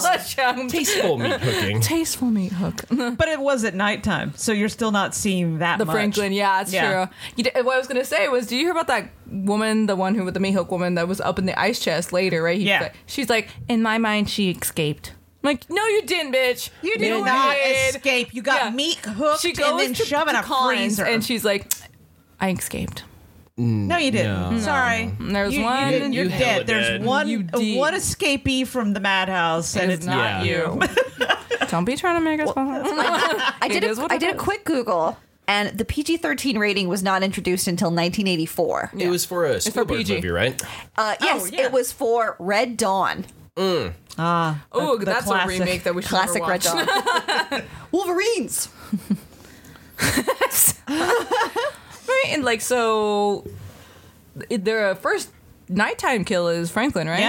tasteful meat cooking.
tasteful meat hook.
But it was at nighttime, so you're still not seeing that
The
much.
Franklin, yeah, it's
Yeah.
true. You d what I was gonna say was, do you hear about that woman, the one who with the meat hook woman that was up in the ice chest later, right? He's
Yeah.
like- she's like, in my mind, she escaped. I'm like, no, you didn't, bitch.
You did not
did."
escape. You got meat hooked
She
and then
to-
shoved in
to
a
Collins,
freezer.
and she's like, I escaped.
No, you didn't.
No.
Sorry.
There's one-
You,
You
are
hella
dead. There's
did.
one uh,
You did.
one escapee from the madhouse, and
It is
it's not.
not you.
Don't be trying to make us.
I did
It is
a,
what
I
it
did a
is.
quick Google, and the PG thirteen rating was not introduced until 1984.
It was for a school board
PG.
movie, right?
Uh,
Oh,
yes,
yeah.
it was for Red Dawn,
Ah,
Oh,
the
that's
classic-
a remake that we should
classic
never
Red
watch.
Dawn. Wolverines.
Right, and like so, their first nighttime kill is Franklin, right?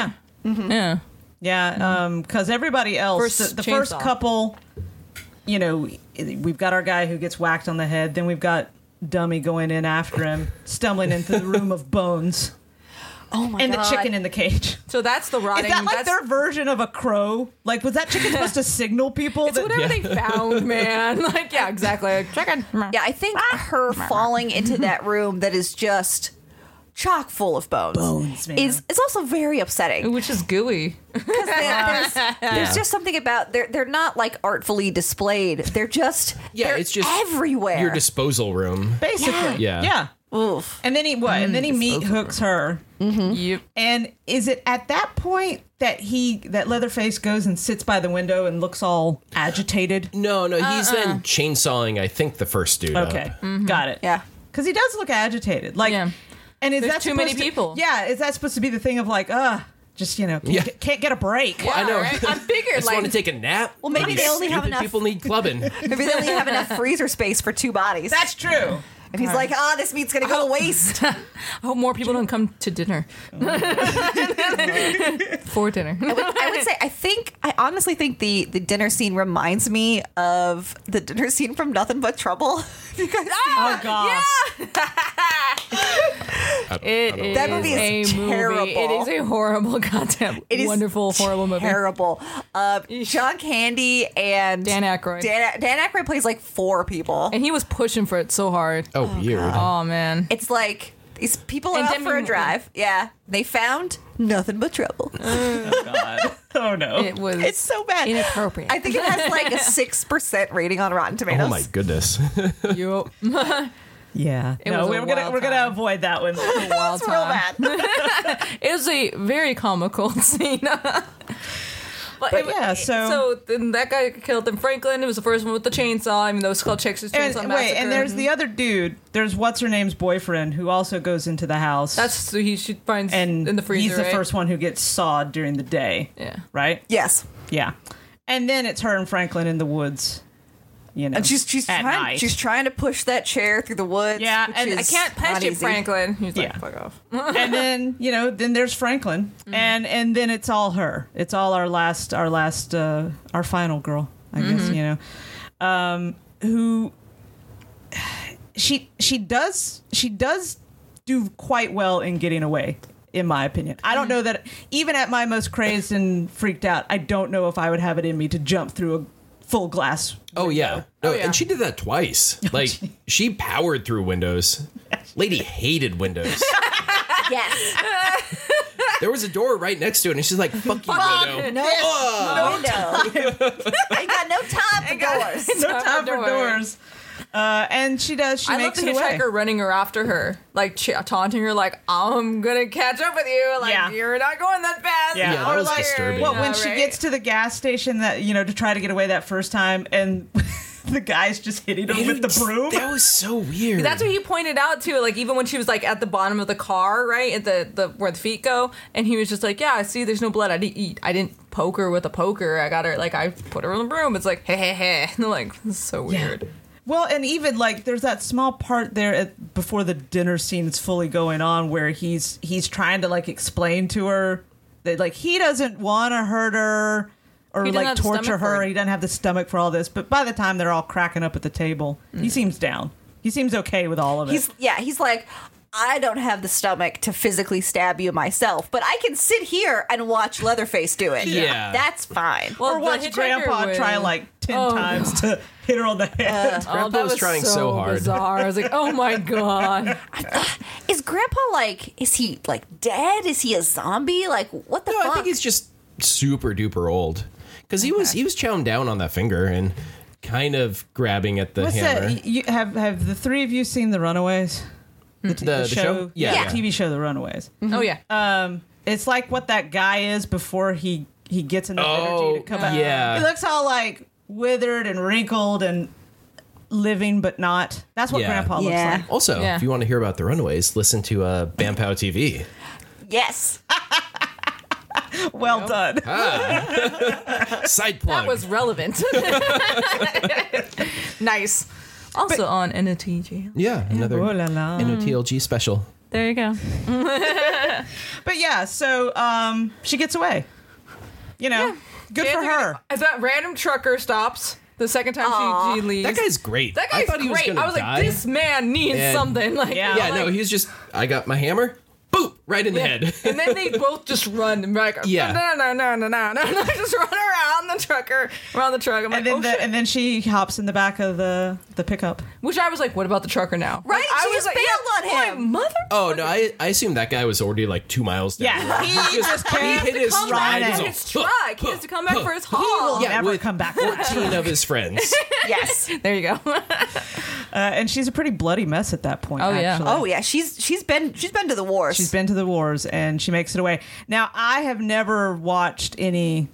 yeah,
yeah.
yeah. Um, because everybody else,
Mm-hmm. First
the, the first
chainsaw.
couple, you know, we've got our guy who gets whacked on the head. Then we've got dummy going in after him, stumbling into the room of bones,
Oh my
and
god!
the chicken in the cage.
So that's the
Is
rotting.
that like
that's-
their version of a crow? Like, was that chicken supposed to signal people?
It's
that-
whatever they found, man. Like, yeah, exactly. Like, chicken.
Yeah, I think
Ah.
her falling into that room that is just chock full of bones, bones
man.
is is also very upsetting.
Which is gooey.
There's, there's just something about they're they're not like artfully displayed. They're just
Yeah,
they're
it's just
everywhere.
Your disposal room.
basically,
Yeah. Mm, Yeah.
yeah.
Oof.
And then he what? and then he meat hooks her.
Yep.
And is it at that point that he that Leatherface goes and sits by the window and looks all agitated?
No, no, he's then chainsawing. I think the first dude. up.
Okay, got it.
Yeah.
because he does look agitated. Like,
Mm-hmm. Yeah.
and is
There's
that
too many
supposed to-
people.
yeah, is that supposed to be the thing of like, uh, just you know, can't,
Yeah.
get, can't get a break?
I know.
I
I
figured,
just
like,
want to take a nap. Well,
maybe they only have enough-
People need clubbing.
Maybe they only have enough freezer space for two bodies.
That's true.
and he's like, ah, this meat's gonna
Oh.
go to waste.
I hope more people don't come to dinner. For dinner.
I would say I think I honestly think the the dinner scene reminds me of the dinner scene from Nothing But Trouble. you guys see
Oh god.
It is
That movie is
a movie.
terrible.
It is a horrible goddamn,
It is
wonderful, horrible movie.
Terrible. Uh, John Candy and
Dan Aykroyd.
Dan, Dan Aykroyd plays like four people.
And he was pushing for it so hard.
Oh, weird.
Oh, man.
It's like these people are
And
out
Demi
for a
Moore.
drive. Yeah, they found nothing but trouble.
Uh,
Oh no.
It was
It's so bad.
inappropriate.
I think it has like a six percent rating on Rotten Tomatoes.
Oh my goodness.
you.
yeah. no,
was a
we we're gonna
wild
we're gonna
time.
avoid that one.
Wild
It's real
time.
bad.
It was a very comical scene. but, it-
yeah, so-
so then that guy killed him. Franklin it was the first one with the chainsaw. I mean, those called Texas
and
Chainsaw
wait,
Massacre. Mm-hmm.
and there's the other dude. There's what's her name's boyfriend who also goes into the house.
that's so he she finds
and
in the freezer.
he's the
right?
first one who gets sawed during the day.
Yeah.
Right?
yes.
Yeah. And then it's her and Franklin in the woods. you know.
And she's she's
at
trying
night.
she's trying to push that chair through the woods.
Yeah,
which
and I
I
is
can't
not
pet you,
easy.
Franklin. He's like,
Yeah.
fuck off.
and then you know then there's franklin
Mm-hmm.
and and then it's all her it's all our last our last uh our final girl i guess
Mm-hmm.
you know um who she she does she does do quite well in getting away in my opinion i
Mm-hmm.
don't know that even at my most crazed and freaked out i don't know if i would have it in me to jump through a full glass
Oh yeah. No,
yeah.
and she did that twice. Like she powered through windows. Lady hated windows.
Yes.
There was a door right next to it, and she's like, "Fuck you, window."
No.
Oh,
Window. Ain't got no time for doors.
no time for
door.
doors uh, and she does she
I love
makes
the
it away
hitchhiker running her after her, like ch- taunting her, like I'm gonna catch up with you, like
Yeah.
you're not going that fast.
Yeah, that
Or,
was disturbing.
Well,
you
when
know,
she
right?
gets to the gas station that you know to try to get away that first time, and the guy's just hitting him with the broom.
That was so weird.
That's what he pointed out too. Like even when she was like at the bottom of the car, right at the, the where the feet go, and he was just like, "Yeah, I see. There's no blood. I didn't eat. I didn't poke her with a poker. I got her. Like I put her in the room. It's like, hey, hey, hey. And they're like, this is so weird.
Well, and even like there's that small part there at, before the dinner scene is fully going on where he's he's trying to like explain to her that like he doesn't want to hurt her or
He doesn't
like
have the
torture
stomach for
her.
it.
He doesn't have the stomach for all this. But by the time they're all cracking up at the table,
Mm.
he seems down. He seems okay with all of it.
He's yeah, he's like I don't have the stomach to physically stab you myself, but I can sit here and watch Leatherface do it.
Yeah.
That's fine.
Well,
or
the
watch
hitchhiker
Grandpa
would-
try like ten
Oh,
times to hit her on the head.
Oh,
Grandpa
that
was trying so hard.
Bizarre. I was like, oh my god.
Is grandpa like is he like dead? Is he a zombie? Like what the
no,
fuck?
I think he's just super duper old because he was he was chowing down on that finger and kind of grabbing at the
What's
hammer.
that? You, have have the three of you seen The Runaways?
The, the show,
yeah,
yeah, Mm-hmm.
the TV show The Runaways.
oh yeah.
Um, it's like what that guy is before he he gets enough energy
Oh,
to come out.
yeah.
he looks all like withered and wrinkled and living, but not. That's what
Yeah.
Grandpa looks
Yeah.
like.
Also,
Yeah.
if you want to hear about the Runaways, listen to uh, Bampow TV.
yes.
Well done.
Side plug.
That was relevant. nice. Also on NTG.
yeah, another
Oh la la.
NOTLG special.
There you go.
But yeah, so um, she gets away. You know, good for her.
As that random trucker stops the second time she, she leaves.
That guy's great.
That
I
guy's
thought he was
great.
gonna
I was
die.
like, this man needs
And-
something. Like,
Yeah.
Yeah,
like-
no, he was just. I got my hammer. Boop! Right in the head.
and then they both just run and be like,
Yeah.
no, no, no, no, no, no, no, just run around the trucker, around the truck. I'm like,
And then
oh,
the,
shit.
and then she hops in the back of the the pickup.
Which I was like, what about the trucker now?
Right,
Like,
she
I was
just
like,
bailed
yeah,
on
my mother.
Oh no, I I assume that guy was already like two miles down.
Yeah,
the road.
he just
he
can't
hit his
Come
Right
back
stride.
now.
He's
for
all,
his truck. He has to come back for his haul.
Yeah, never
with
come back.
Fourteen of his friends.
Yes.
There you go.
Uh, and she's a pretty bloody mess at that point.
Oh, yeah.
actually.
Oh yeah, she's she's been she's been to the wars.
She's been to the wars and she makes it away. Now, I have never watched any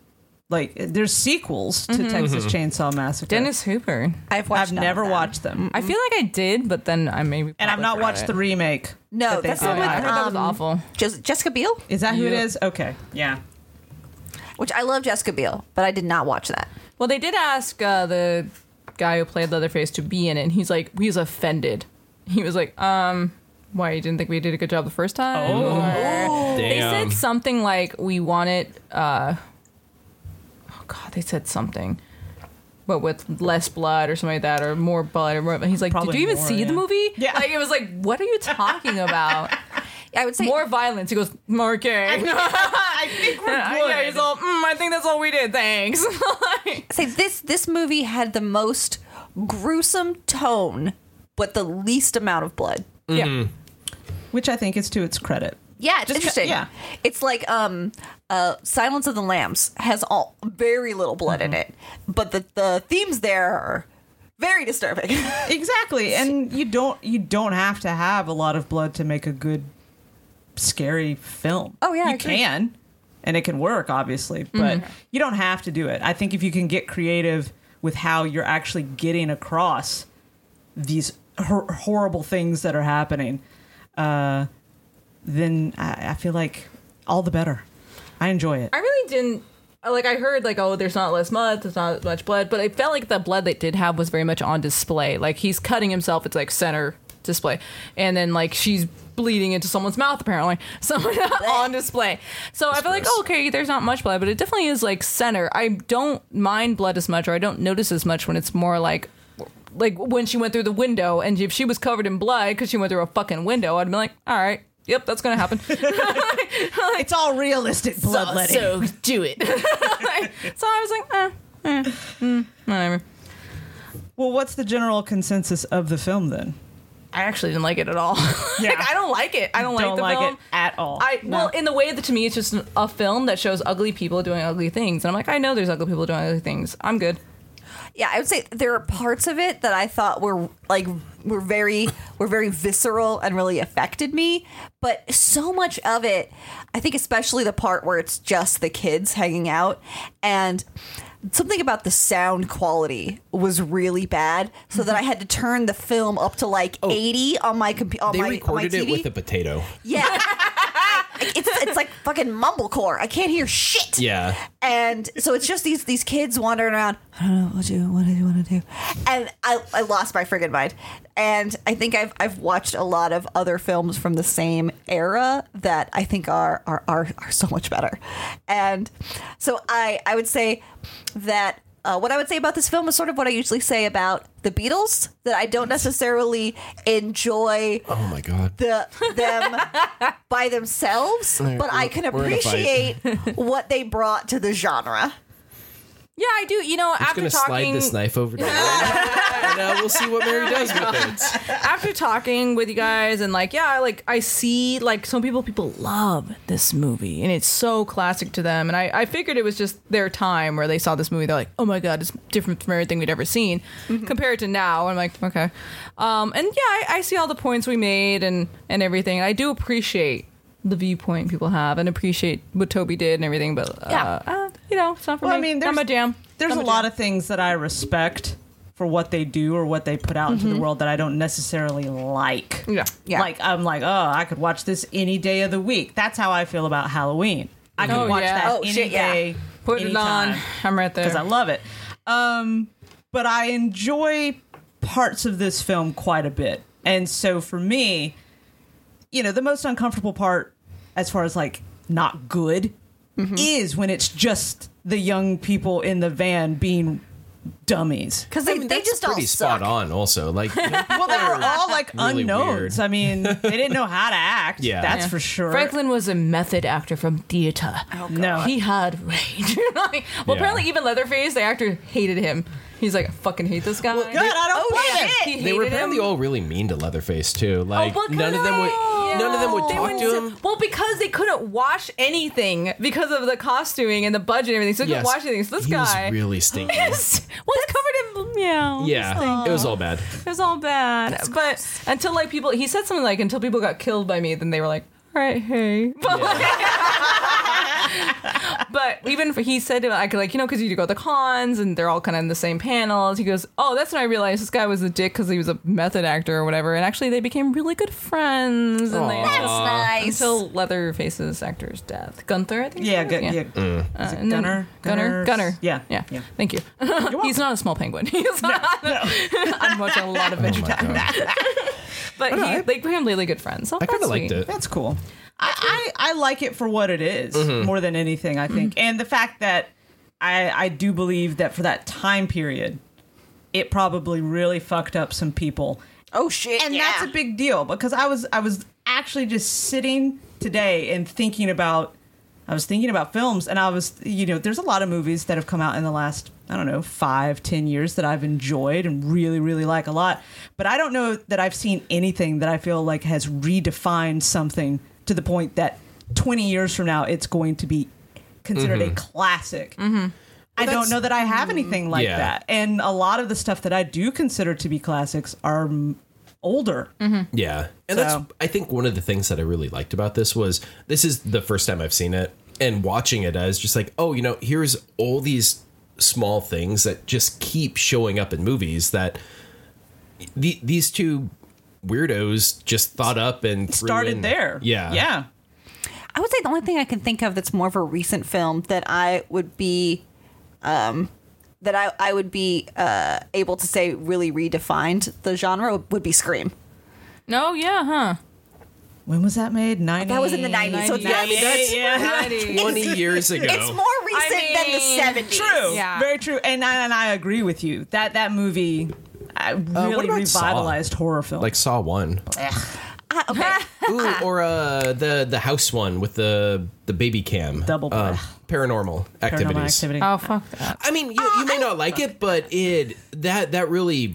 like there's sequels to Texas Chainsaw Massacre.
Dennis Hooper.
I've Mm-hmm. watched
I've
none of
never
them. Mm,
watched them.
I feel like I did, but then I maybe.
And I've not watched the remake.
No,
that they
that's the
did.
one with
I heard that was
um,
awful.
Jos- Jessica Biel,
Is that who it is? Okay. Yeah.
which I love Jessica Biel, but I did not watch that.
Well, they did ask uh, the guy who played Leatherface to be in it, and he's like, he's offended. He was like, um, why you didn't think we did a good job the first time? Oh, they
Damn.
said something like we wanted. Uh, oh God, they said something. But with less blood or something like that, or more blood, or more. and He's like,
Probably
did you even
more,
see
yeah.
the movie?
Yeah.
Like it was like, what are you talking about?
I would say
more violence. He goes, more okay.
I think we're
yeah, he's all, mm, I think that's all we did. Thanks.
say this this movie had the most gruesome tone, but the least amount of blood.
Mm-hmm.
Yeah.
Which I think is to its credit.
Yeah, it's interesting.
yeah.
it's like um, uh, Silence of the Lambs has all very little blood in it, but the the themes there are very disturbing.
Exactly. And you don't you don't have to have a lot of blood to make a good scary film.
Oh, yeah, I
You
agree. Mm-hmm.
can. And it can work obviously, but you don't have to do it. I think if you can get creative with how you're actually getting across these hor- horrible things that are happening, uh, then I, I feel like all the better. I enjoy it.
I really didn't like I heard like oh there's not less blood, there's not much blood, but it felt like the blood they did have was very much on display. Like he's cutting himself, it's like center display, and then like she's bleeding into someone's mouth apparently, so on display. So I feel like
gross.
okay, there's not much blood, but it definitely is like center. I don't mind blood as much, or I don't notice as much when it's more like. Like when she went through the window, and if she was covered in blood because she went through a fucking window, I'd be like, "All right, yep, that's gonna happen."
It's all realistic bloodletting.
So do it. so I was like, eh, eh, mm, whatever.
well, what's the general consensus of the film then?
I actually didn't like it at all.
Yeah.
like, I don't like it. I don't,
Don't
like the
like
film
it at all.
I
No.
well, in the way that to me, it's just a film that shows ugly people doing ugly things, and I'm like, I know there's ugly people doing ugly things. I'm good.
yeah i would say there are parts of it that i thought were like were very were very visceral and really affected me but so much of it i think especially the part where it's just the kids hanging out and something about the sound quality was really bad so that i had to turn the film up to like 80 on my computer on
Oh. They
my, on my
recorded
tv
it with a potato.
yeah it's, it's like fucking mumblecore i can't hear shit
Yeah.
and so it's just these these kids wandering around. I don't know what to do. What do you want to do? And I, I lost my friggin' mind. And I think I've I've watched a lot of other films from the same era that I think are are are, are so much better. And so I I would say that. Uh, what I would say about this film is sort of what I usually say about the Beatles that I don't necessarily enjoy
Oh my god.
the them by themselves,
Alright,
but I
we're-
can
we're in a
appreciate
fight.
what they brought to the genre.
Yeah, I do. You know,
I'm
after
just gonna slide
talking, Oh
this knife over to and uh, we'll see what Mary does with it.
after talking with you guys and like yeah like i see like some people people love this movie and it's so classic to them and i, I figured it was just their time where they saw this movie they're like oh my god it's different from everything we'd ever seen
Mm-hmm.
compared to now i'm like okay um, and yeah I, I see all the points we made and and everything i do appreciate the viewpoint people have and appreciate what toby did and everything but uh, uh, you know it's not for
Well, I
me
mean,
not
there's,
my jam
There's
Not
a
my
lot
jam.
of things that I respect for what they do or what they put out into the world that I don't necessarily like.
Mm-hmm. Yeah.
Yeah.
Like I'm like, oh, I could watch this any day of the week. That's how I feel about Halloween. I could
Oh,
watch
yeah.
that
Oh,
any
shit, yeah.
day.
put it on
anytime
i'm right there
because I love it. Um, but I enjoy parts of this film quite a bit. And so for me, you know, the most uncomfortable part, as far as like not good, is when it's just the young people in the van being dummies.
Because they,
I mean,
they
that's
just all
pretty spot
suck.
on. Also, like you know,
Well, they were all like
Really
unknowns.
weird.
I mean, they didn't know how to act.
Yeah.
that's
Yeah.
for sure.
Franklin was a method actor from theater.
No.
He had rage. well, apparently, even Leatherface, the actor, hated him. He's like, I fucking hate this guy.
God, I don't blame him.
He
they were
hated
apparently
him.
all really mean to Leatherface too. Like
well, 'cause
none of them would,
no.
none of them would
They
talk
wouldn't
to
s-
him.
Well, because they couldn't wash anything because of the costuming and the budget and everything. So they couldn't wash anything. So this
he
guy.
was really stinky.
was covered in meow.
yeah, it was all bad.
It was all bad. but until like people, he said something like, until people got killed by me, then they were like, all right, hey. But, like- but even if he said, I could like, you know, because you go to the cons and they're all kind of in the same panels. He goes, oh, that's when I realized this guy was a dick because he was a method actor or whatever. And actually, they became really good friends. And they,
That's nice.
until Leatherface's actor's death. Gunther, I think. his
Yeah,
name
gu-
is?
yeah.
Mm.
Is it
And then-
Gunner,
Gunner,
Gunners?
Gunner.
Yeah,
yeah,
yeah.
Thank you. He's not a small penguin. He's not. I'm watching a lot of
Oh
Venture
my God.
but he, they became really good friends. So
I kind
that's
of liked
sweet.
it.
That's cool. I, I, I like it for what it is, more than anything, I think. And the fact that I, I do believe that for that time period, it probably really fucked up some people.
Oh shit!
And
yeah.
that's a big deal because I was I was actually just sitting today and thinking about I was thinking about films and I was you know, there's a lot of movies that have come out in the last, I don't know, five, ten years that I've enjoyed and really, really like a lot. But I don't know that I've seen anything that I feel like has redefined something to the point that twenty years from now it's going to be considered a classic.
Mm-hmm.
I don't know that I have anything like
Yeah.
that. And a lot of the stuff that I do consider to be classics are mm, older.
Mhm. Yeah. And
So-
that's I think one of the things that I really liked about this was this is the first time I've seen it and watching it I was just like, oh, you know, here's all these small things that just keep showing up in movies that the, these two weirdos just thought up and threw
Started
in.
there.
Yeah.
Yeah.
I I would say the only thing I can think of that's more of a recent film that I would be, um, that I I would be uh, able to say really redefined the genre would be Scream.
No, yeah, huh?
When was that made? 90?
That was in the nineties, so it's not, I mean, that's,
Yeah.
20 years ago.
it's more recent than the
mean,
seventies.
True.
Yeah.
Very true. And I, and I agree with you. That that movie uh, really
about Saw?
revitalized horror film.
like Saw 1.
okay.
Ooh, or uh, the the house one with the the baby cam.
Double-
Um, paranormal activities.
paranormal activity.
Oh fuck that.
I mean, you, you may not like it, but it that that really,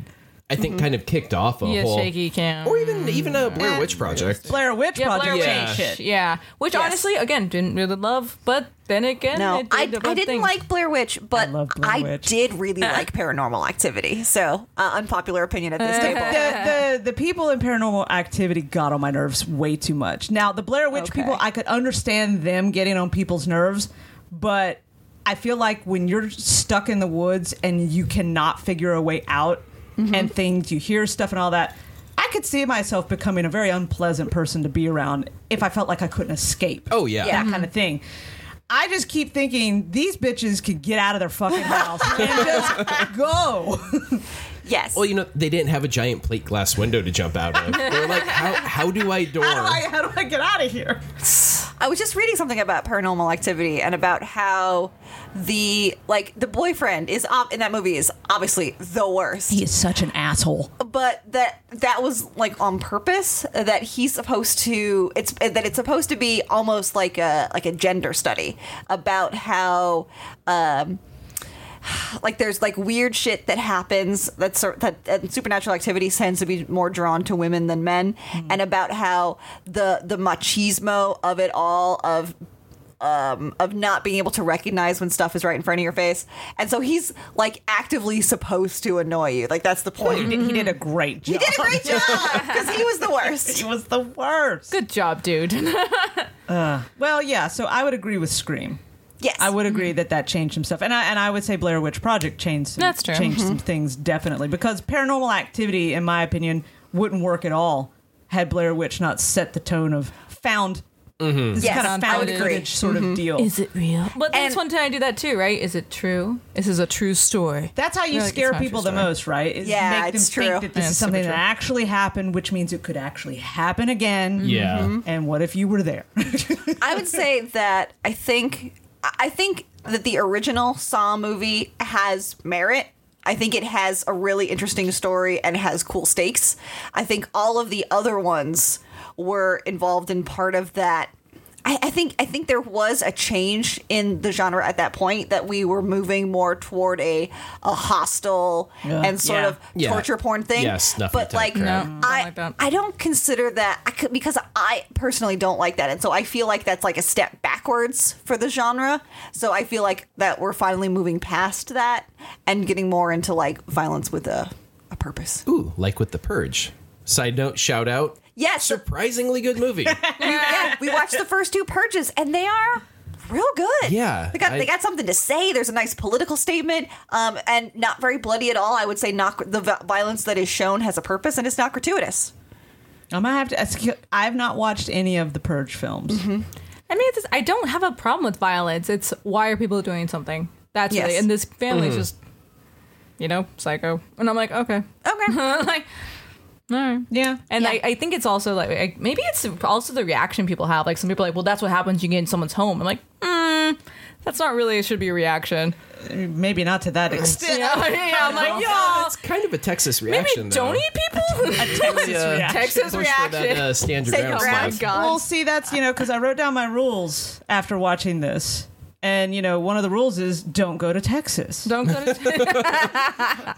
I think, kind of kicked off a
Yeah,
whole.
shaky cam.
Or even even a Blair Witch project.
Blair Witch
yeah,
Project.
Blair
Yeah.
Witch. Yeah. Which honestly, again, didn't really love, but then again,
No,
it did
I, I
the right
didn't
thing.
like Blair Witch, but I,
love Blair Witch.
did really like Paranormal Activity. So, uh, unpopular opinion at this
Uh-huh.
table.
The, the the people in Paranormal Activity got on my nerves way too much. Now the Blair Witch
Okay.
people, I could understand them getting on people's nerves, but I feel like when you're stuck in the woods and you cannot figure a way out,
Mm-hmm.
and things you hear stuff and all that. I could see myself becoming a very unpleasant person to be around if I felt like I couldn't escape.
Oh yeah.
that kind of thing. I just keep thinking these bitches could get out of their fucking house and just go.
Yes.
Well, you know, they didn't have a giant plate glass window to jump out of. they were like, how how do I door?
How do I, how do I get out of here?
I was just reading something about paranormal activity and about how the like the boyfriend is ob- in that movie is obviously the worst.
is such an asshole.
but that that was like on purpose uh, that he's supposed to it's that it's supposed to be almost like a like a gender study about how um like there's like weird shit that happens that's that, that supernatural activity tends to be more drawn to women than men and about how the the machismo of it all of um, of not being able to recognize when stuff is right in front of your face, and so he's like actively supposed to annoy you. Like that's the point.
He did, he did a great job.
He did a great job because he was the worst.
He was the worst.
Good job, dude.
Well, yeah. So I would agree with Scream.
Yes,
I would agree that that changed some stuff, and I and I would say Blair Witch Project changed some,
That's true. Mm-hmm.
changed some things definitely because Paranormal Activity, in my opinion, wouldn't work at all had Blair Witch not set the tone of found. This
Yes,
kind of
I
found
would agree.
footage sort of deal.
it real? But that's one time I do that too, right? Is it true? This is a true story.
That's how you
You're like,
scare
it's not
people the
true story.
most, right? Is
Yeah,
make them
it's true.
think that this
Yeah,
is
it's
something
super
that
true.
actually happened, which means it could actually happen again.
Yeah.
Mm-hmm.
And what if you were there?
I would say that I think I think that the original Saw movie has merit. I think it has a really interesting story and has cool stakes. I think all of the other ones were involved in part of that. I, I think I think there was a change in the genre at that point that we were moving more toward a a hostile
Yeah.
and sort
Yeah.
of
Yeah.
torture porn thing.
Yeah, snuff
but
attack
like
crap.
No, don't
I,
like that.
I don't consider that I could, because I personally don't like that, and so I feel like that's like a step backwards for the genre. So I feel like that we're finally moving past that and getting more into like violence with a, a purpose.
Ooh, like with the Purge. Side note, shout out.
Yes, the-
Surprisingly good movie.
yeah, we watched the first two purges, and they are real good.
Yeah,
they got
I-
they got something to say. There's a nice political statement, um, and not very bloody at all. I would say not the vi- violence that is shown has a purpose, and it's not gratuitous.
I'm gonna have to. ask you- I've not watched any of the Purge films.
Mm-hmm.
I mean, it's just, I don't have a problem with violence. It's why are people doing something? That's
Yes.
really, and this family's
Mm.
just, you know, psycho. And I'm like, okay,
Okay,
like, all right.
Yeah.
And
Yeah.
I, I think it's also like, like maybe it's also the reaction people have. Like some people are like, well, that's what happens when you get in someone's home. I'm like, mm, that's not really it should be a reaction.
Maybe not to that extent.
You know? yeah, I'm like, y'all,
It's kind of a Texas
maybe
reaction. though.
don't eat people.
Texas
Yeah.
reaction.
Texas
Push for that
reaction. oh
uh, stand your
Say
ground.
your
slide.
ground.
God.
Well, see, that's you know because I wrote down my rules after watching this, and you know one of the rules is don't go to Texas.
Don't go to.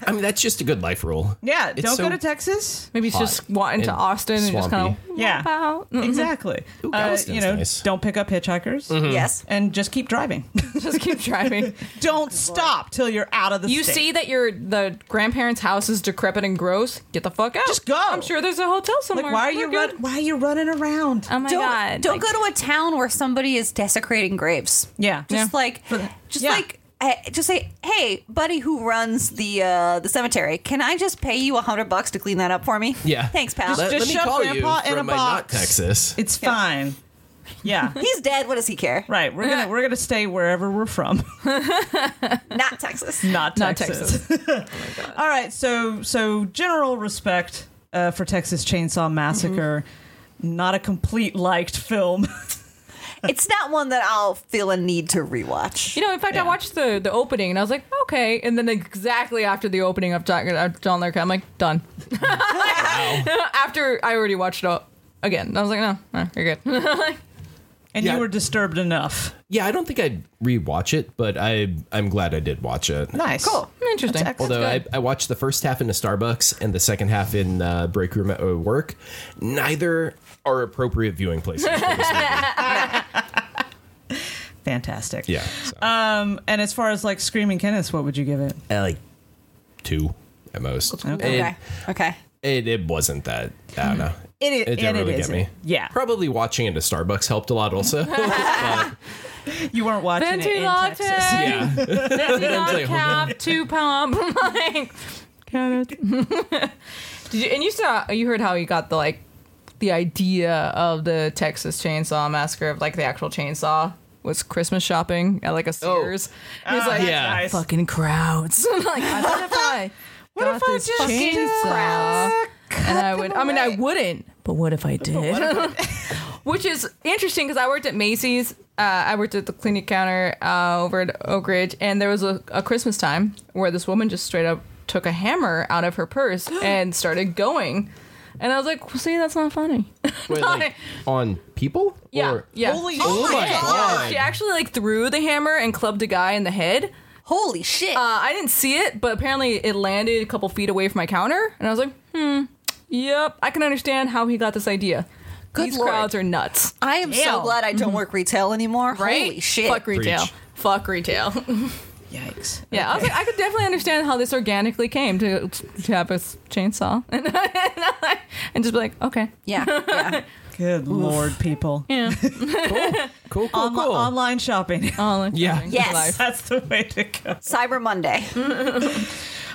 I mean, that's just a good life rule.
yeah,
It's
don't
so
go to Texas.
Maybe it's
hot
just wanting to
and
Austin and just kind
swampy.
of
Yeah.
out.
Mm-hmm.
Exactly.
Ooh,
uh,
Galveston's
you know,
nice.
don't pick up hitchhikers
Hmm.
yes,
and just keep driving.
just keep driving.
don't stop till you're out of the
You
state.
see that your the grandparents' house is decrepit and gross? Get the fuck out.
Just go.
I'm sure there's a hotel somewhere.
like why are
We're
you
good.
run, why are you running around
Oh my
don't
god!
don't
Like,
go to a town where somebody is desecrating graves.
yeah
just like just
Yeah.
like I, just say hey buddy who runs the uh the cemetery can i just pay you a hundred bucks to clean that up for me
Yeah.
thanks pal
Let,
Just
let me
shove
call you
Grandpa in
from
a
my not
box.
Texas.
it's fine Yeah.
He's dead. What does he care?
Right, we're gonna we're gonna stay wherever we're from,
Not Texas.
not Texas.
Not Texas.
All right, so so general respect uh, for Texas Chainsaw Massacre, not a complete liked film.
It's not one that I'll feel a need to rewatch.
You know, in fact, I watched the the opening and I was like, okay. And then exactly after the opening of John, of John Larroquette, I'm like, done. after I already watched it all again, I was like, no, no you're good.
and
Yeah.
you were disturbed enough.
Yeah, I don't think I'd rewatch it, but I I'm glad I did watch it.
Nice,
Cool.
Interesting.
Although I, I watched the first half in a Starbucks and the second half in uh, break room at uh, work, neither are appropriate viewing places. For this movie.
fantastic.
yeah, so,
Um, and as far as like Screaming Kenneth, what would you give it?
I like two at most.
Okay.
And
Okay.
It, it wasn't that. I don't know.
It is-
it didn't
and it
really get
isn't.
me.
Yeah.
probably watching it at Starbucks helped a lot. Also, But,
You weren't watching it
Venti
in
latte.
Texas.
yeah.
Venti
It's
latte
like, hold on.
cap, two pump. like, Kenneth. Did you, and you saw, you heard how he got the like, the idea of the Texas Chainsaw Massacre of like the actual chainsaw was Christmas shopping at like a
Oh.
Sears. He
Ah,
was like,
Yeah.
Nice.
fucking crowds. I'm like, I wonder if I got
if I
this
just
chainsaw. And I would. I mean, I wouldn't. But what if I did? Which is interesting because I worked at Macy's. Uh, I worked at the clinic counter uh, over at Oak Ridge, and there was a, a Christmas time where this woman just straight up took a hammer out of her purse and started going. And I was like, well, "See, that's not funny."
Wait, like, on people?
yeah,
Or-
yeah.
Holy
Oh
shit.
my god!
She actually like threw the hammer and clubbed a guy in the head.
Holy shit.
Uh, I didn't see it, but apparently it landed a couple feet away from my counter, and I was like, hmm, yep, I can understand how he got this idea.
Good
These
lord.
crowds are nuts,
I am so
Damn.
glad I
Mm-hmm.
don't work retail anymore.
right?
Holy shit.
Fuck retail.
Preach.
Fuck retail.
Yikes.
yeah, I was like, I could definitely understand how this organically came to, to have a s- chainsaw, and, just be like, okay,
Yeah. yeah.
Good lord, people.
yeah,
Cool, cool,
Onli-
um,
cool.
Online shopping.
all in
Yeah.
fucking
Yes.
life.
That's the way to go.
Cyber Monday.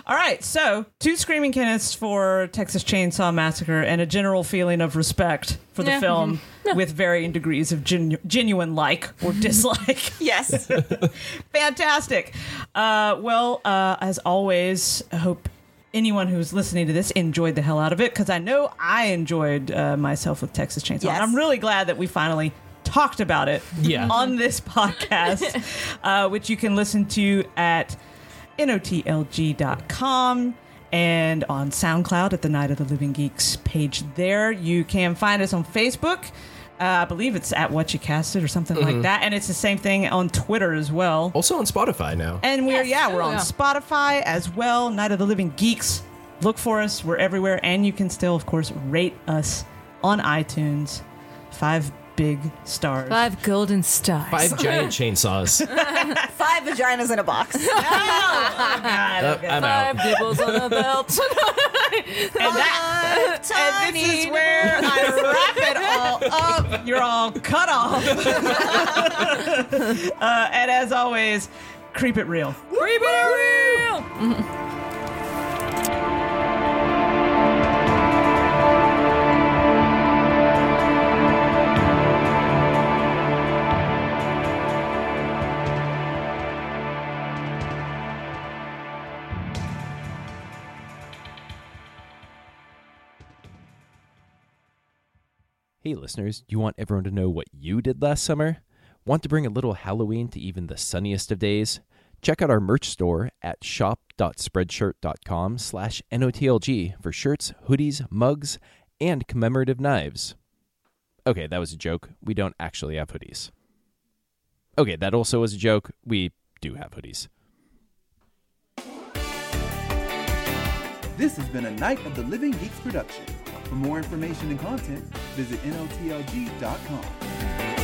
All right, so two screaming Kenneths for Texas Chainsaw Massacre and a general feeling of respect for the
Yeah.
film with varying degrees of genu- genuine like or dislike.
Yes.
Fantastic. Uh, well, uh, as always, I hope anyone who's listening to this enjoyed the hell out of it because I know I enjoyed uh, myself with Texas Chainsaw.
Yes.
And I'm really glad that we finally talked about it
Yeah.
on this podcast, uh, which you can listen to at notlg.com and on SoundCloud at the Night of the Living Geeks page there. You can find us on Facebook. Uh, I believe it's at What You Casted or something like that. And it's the same thing on Twitter as well.
also on Spotify now.
And we're,
Yes.
yeah, we're on
Yeah.
Spotify as well. Night of the Living Geeks. Look for us. We're everywhere. And you can still, of course, rate us on iTunes. Five big stars.
Five golden stars.
Five giant chainsaws.
Five vaginas in a box.
Uh, I'm out.
Five nipples on a belt.
And that, and this is where I wrap it all up. You're all cut off. uh, and as always, creep it real.
Free Barry!
Hey, listeners, do you want everyone to know what you did last summer? Want to bring a little Halloween to even the sunniest of days? Check out our merch store at shop.spreadshirt.com slash NOTLG for shirts, hoodies, mugs, and commemorative knives. Okay, that was a joke. We don't actually have hoodies. Okay, that also was a joke. We do have hoodies.
This has been a Night of the Living Geeks production. For more information and content, visit NOTLG.com.